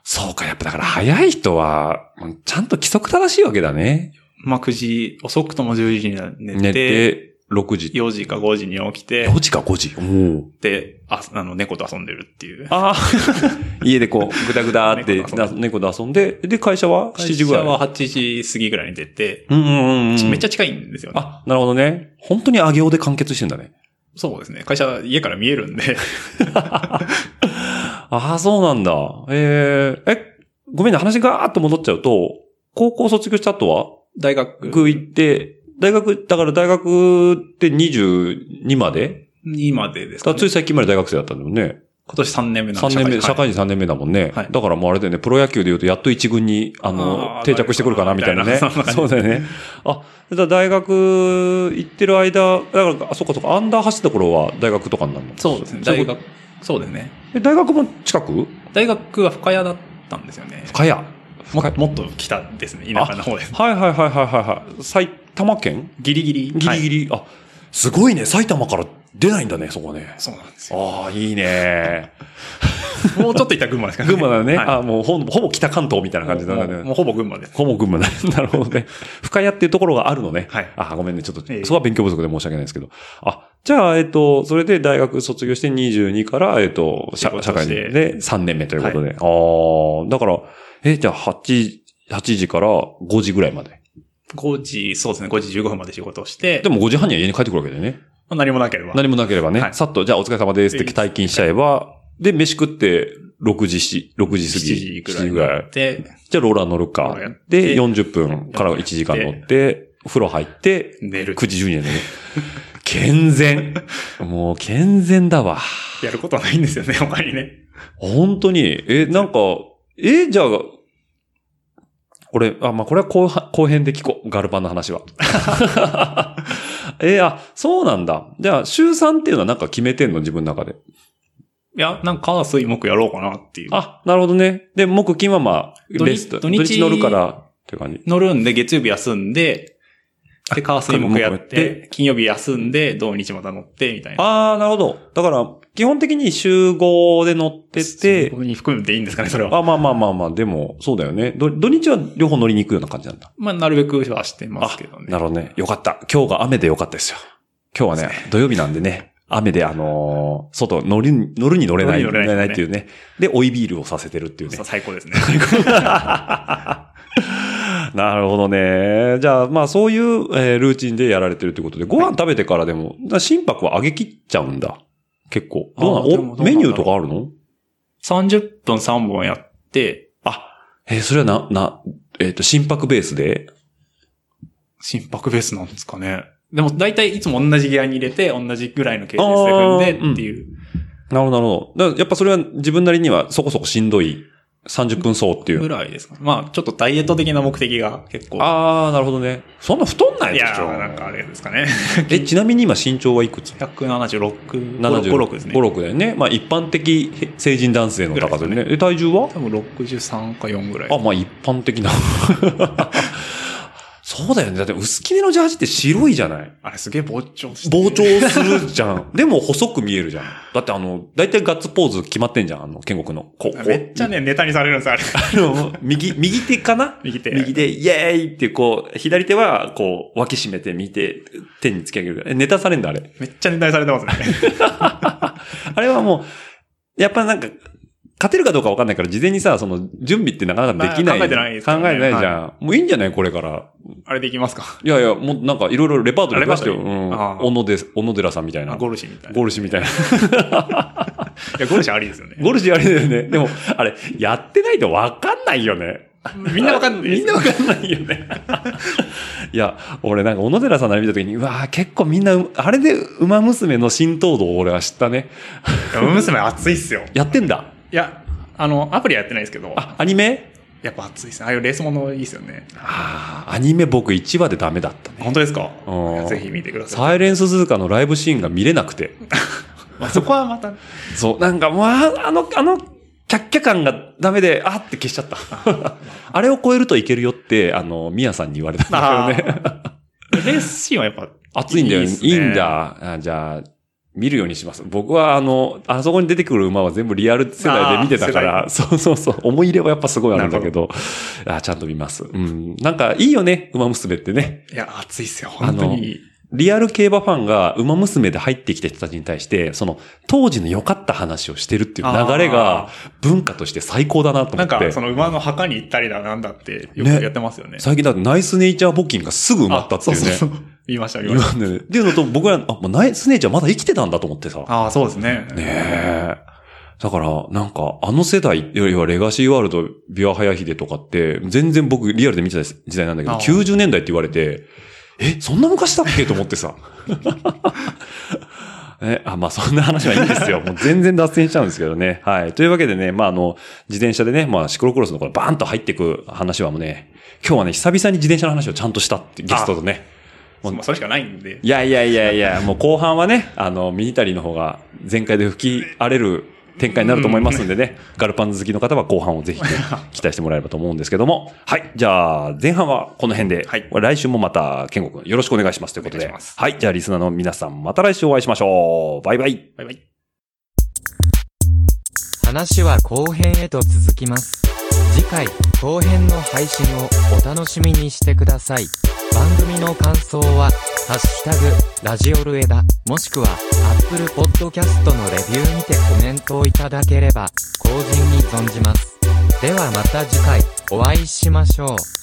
S1: そうか、やっぱだから早い人は、うんちゃんと規則正しいわけだね。
S2: まあ9時、遅くとも10時には寝て、
S1: 寝て、6時。
S2: 4時か5時に起きて、
S1: 4時か5時。お
S2: で、あ、あの、猫と遊んでるっていう。
S1: ああ、家でこう、ぐだぐだって
S2: 猫と遊ん
S1: 猫と遊んで、で、会社は7時ぐらい。
S2: 会社は8時過ぎぐらいに出て、
S1: うんうんうん。
S2: めっち
S1: ゃ。
S2: ゃ近いんですよね。
S1: あ、なるほどね。本当に上げようで完結してんだね。
S2: そうですね。会社、家から見える んで。
S1: ああ、そうなんだ。えー、え、ごめんね、話がーっと戻っちゃうと、高校卒業した後は
S2: 大学
S1: 僕行って、大学、だから大学って22まで
S2: にまでです
S1: だか
S2: から
S1: つ
S2: ね、
S1: い最近まで大学生だったんだもんね。
S2: 今年3年目なん
S1: 三年目、社
S2: はい
S1: 会人3年目だもんね。
S2: はい
S1: だからもうあれだよね、プロ野球で言うとやっと一軍に、あの、
S2: あー
S1: 定着してくるかな、みたいなね。
S2: みたいなそんな感じ
S1: そうだよね。あ、だから大学行ってる間、だから、あ、そっかそっか、アンダー走った頃は大学とかになるの
S2: そうですね。
S1: そうい
S2: 大
S1: うこ
S2: 学、そうですね。
S1: え、大学も近く
S2: 大学は深谷だったんですよね。
S1: 深谷。
S2: ももっと北ですね。田舎の方です。
S1: はいはいはいはいはいはい。埼玉県
S2: ギリギリ。
S1: ギリギ
S2: リ。
S1: リ、あ、すごいね、埼玉から出ないんだね、そこね。
S2: そうなんですよ。
S1: ああ、いいね。
S2: もうちょっと行ったら群馬ですかね。
S1: 群馬だね。
S2: はい
S1: あもうほんほぼ北関東みたいな感じだね。
S2: もうもうほぼ群馬です。
S1: ほぼ群馬だ。なるほどね。深谷っていうところがあるのね。
S2: はい
S1: あ、ごめんね。ちょっと、
S2: ええ
S1: そこは勉強不足で申し訳ないですけど。あ、じゃあ、えっと、それで大学卒業して22から、えっと、社
S2: 仕事をして
S1: 社会人で3年目ということで。ああ、だから、え、じゃあ8、8時から5時ぐらいまで。
S2: 5時、そうですね。5時15分まで仕事をして、
S1: でも5時半には家に帰ってくるわけだよね。
S2: まあ何もなければ。
S1: 何もなければね。
S2: はい
S1: さっと、じゃあお疲れ様ですって退勤しちゃえば、で、飯食って6時し、6時過
S2: 7
S1: ぎ。
S2: 時ぐ
S1: 7
S2: ら
S1: 時
S2: いになって、
S1: じゃあローラー乗る
S2: ロ
S1: か
S2: ーラーやっ。
S1: で、
S2: て
S1: 40分から1時間乗って、お風呂入って、
S2: 寝る。
S1: 9時12年だね。健全。もう健全だわ。
S2: やることはないんですよね、他にね。
S1: 本当に。え、なんか、え、じゃあ、俺、あ、まあ、これは後半後編で聞こう。ガルパンの話は。 えあ、そうなんだ。じゃあ、週3っていうのはなんか決めてんの自分の中で。
S2: いや、なんか、水木やろうかなっていう。
S1: あ、なるほどね。で、木、金はまあ、
S2: 土日
S1: レスト。
S2: 土日
S1: 土日乗るから、っていう感じ。
S2: 乗るんで、月曜日休んで、で、火水木
S1: 火水
S2: やっ、
S1: 木やって
S2: 金曜日休んで、土日また乗って、みたいな。
S1: あー、なるほど。だから、基本的に週5で乗ってて、
S2: 僕に含めていいんですかね、それは。
S1: あ、まあまあまあまあ、でも、そうだよね。ど土日は両方乗りに行くような感じなんだ。
S2: まあ、なるべくはしてますけどね。
S1: なるほどね。よかった。今日が雨でよかったですよ。今日はね、土曜日なんでね、雨であのー外乗り、乗るに乗れない、
S2: 乗るに乗れない
S1: っていうね。で、追いビールをさせてるっていうね
S2: さ。最高ですね。
S1: なるほどね。じゃあ、まあそういう、えールーチンでやられてるってことで、ご飯食べてからでも、だから心拍は上げきっちゃうんだ。結構。どうな
S2: あーでも
S1: お
S2: どうなんだろ
S1: メ
S2: う
S1: ニューとかあるの
S2: 30分3本やって、
S1: えーそれはな、な、えっ、と、心拍ベースで
S2: 心拍ベースなんですかね。でも、大体いつも同じギアに入れて、同じぐらいのケースで
S1: あー
S2: 踏
S1: うん
S2: んでっていう。
S1: なるほど、なるほど。だからやっぱそれは自分なりにはそこそこしんどい30分走ってい
S2: ぐ
S1: う。
S2: らいですかね。まあ、ちょっとダイエット的な目的が結構。
S1: あー、なるほどね。そんな太んない
S2: い
S1: でし
S2: や
S1: ょ。
S2: ー、なんかあれですかね。
S1: え、ちなみに今身長はいくつ
S2: 176、5、
S1: 76
S2: 6ですね。
S1: 5、6だよね。まあ一般的成人男性の高さでね。え、体重は
S2: 多分63か4ぐらい。
S1: あ、まあ一般的な。 そうだよね。だって薄切れのジャージって白いじゃない
S2: あれすげえ膨張してる
S1: 膨張するじゃ ん。でも細く見えるじゃん。だってあの、だいたいガッツポーズ決まってんじゃん。あの、建国の。こう、こう
S2: めっちゃね、ネタにされるんです、あれ。
S1: あの、右、右手かな
S2: 右手。
S1: 右で、イエーイってこう、左手はこう、脇締めて見て、手に突き上げる。えネタされんだ、あれ。
S2: めっちゃネタにされてますね。
S1: あれはもう、やっぱなんか、勝てるかどうかわかんないから、事前にさ、その、準備ってなかなかできない。
S2: まあ考えてないです
S1: 考
S2: よ
S1: え
S2: ね
S1: てないじゃん。もういいんじゃないこれから。
S2: あれでいきますか。
S1: いやいや、もうなんかいろいろレパートリー出してよ。う
S2: あレパートリー
S1: ん。
S2: ああ
S1: 小野で、小野寺さんみたいな。
S2: ゴ
S1: ゴ
S2: ルシみたいな。い
S1: ールシみたいな。
S2: や、ゴルシありですよね。
S1: ゴールシあれだよね。でも、あれ、やってないとわかんないよね。
S2: みんなわかんない。
S1: みんなわかんないよね。 いや、俺なんか小野寺さんのあれ見た時に、うわー結構みんなう、あれで馬娘の浸透度を俺は知ったね。
S2: いや娘熱いっすよ。
S1: やってんだ。
S2: いや、あの、アプリはやってないですけど、
S1: あ、アニメ
S2: やっぱ熱いですね。ああいうレースものいいですよね。
S1: ああ、アニメ僕1話でダメだったね。
S2: 本当ですか
S1: うん
S2: ぜひ見てください。
S1: サイレンス鈴鹿のライブシーンが見れなく て。
S2: まあ、そこはまた、
S1: そう、なんかもう、ああの、あの、キャッキャ感がダメで、あーって消しちゃった。 あれを超えるといけるよって、あの、ミヤさんに言われたんだけどね。
S2: レースシーンはやっぱ、
S1: 熱いんだよ。い
S2: いい
S1: い
S2: っすね
S1: んだ。あじゃあ、見るようにします。僕はあの、あそこに出てくる馬は全部リアル世代で見てたから、そうそうそう。思い入れはやっぱすごいあるんだけど、あちゃんと見ます。うん。なんかいいよね、馬娘ってね。
S2: いや、熱いっすよ。本当に。
S1: リアル競馬ファンが馬娘で入ってきた人たちに対して、その当時の良かった話をしてるっていう流れが文化として最高だなと思
S2: な
S1: っ
S2: ん
S1: て。
S2: か、その馬の墓に行ったりだなんだって、よくやってますよね。
S1: 最近だってナイスネイチャー募金がすぐ埋まったっていうね。
S2: あそうそうそう見ました、見
S1: 今
S2: ました。
S1: ねっていうのと僕ら、あ、もうナイスネイチャーまだ生きてたんだと思ってさ。
S2: ああ、そうですね。
S1: ねえ。だから、なんか、あの世代、いわゆるレガシーワールド、ビワハヤヒデとかって、全然僕リアルで見てた時代なんだけど、
S2: ああ
S1: 90年代って言われて、え、そんな昔だっけと思って さ。え、あ、まあ、そんな話はいいんですよ。もう全然脱線しちゃうんですけどね。はい。というわけでね、まあ、あの、自転車でね、まあ、シクロクロスのこれバーンと入ってく話はもうね、今日はね、久々に自転車の話をちゃんとしたって、ゲストとね。
S2: まあ、それしかないんで。
S1: いやいやいやいや、もう後半はね、あの、ミニタリーの方が全開で吹き荒れる展開になると思いますんでね、ガルパン好きの方は後半をぜひね、期待してもらえればと思うんですけども、はい、じゃあ前半はこの辺で、
S2: はい
S1: 来週もまた、健吾くんよろしくお願いしますということ
S2: お
S1: で、
S2: 願いします
S1: はい、じゃあリスナーの皆さんまた来週お会いしましょう。バイバイ。
S2: バイバイ。
S3: 話は後編へと続きます。次回、後編の配信をお楽しみにしてください。番組の感想は、ハッシュタグ、ラジオルエダ、もしくは、Apple Podcast のレビューにてコメントをいただければ、後人に存じます。ではまた次回、お会いしましょう。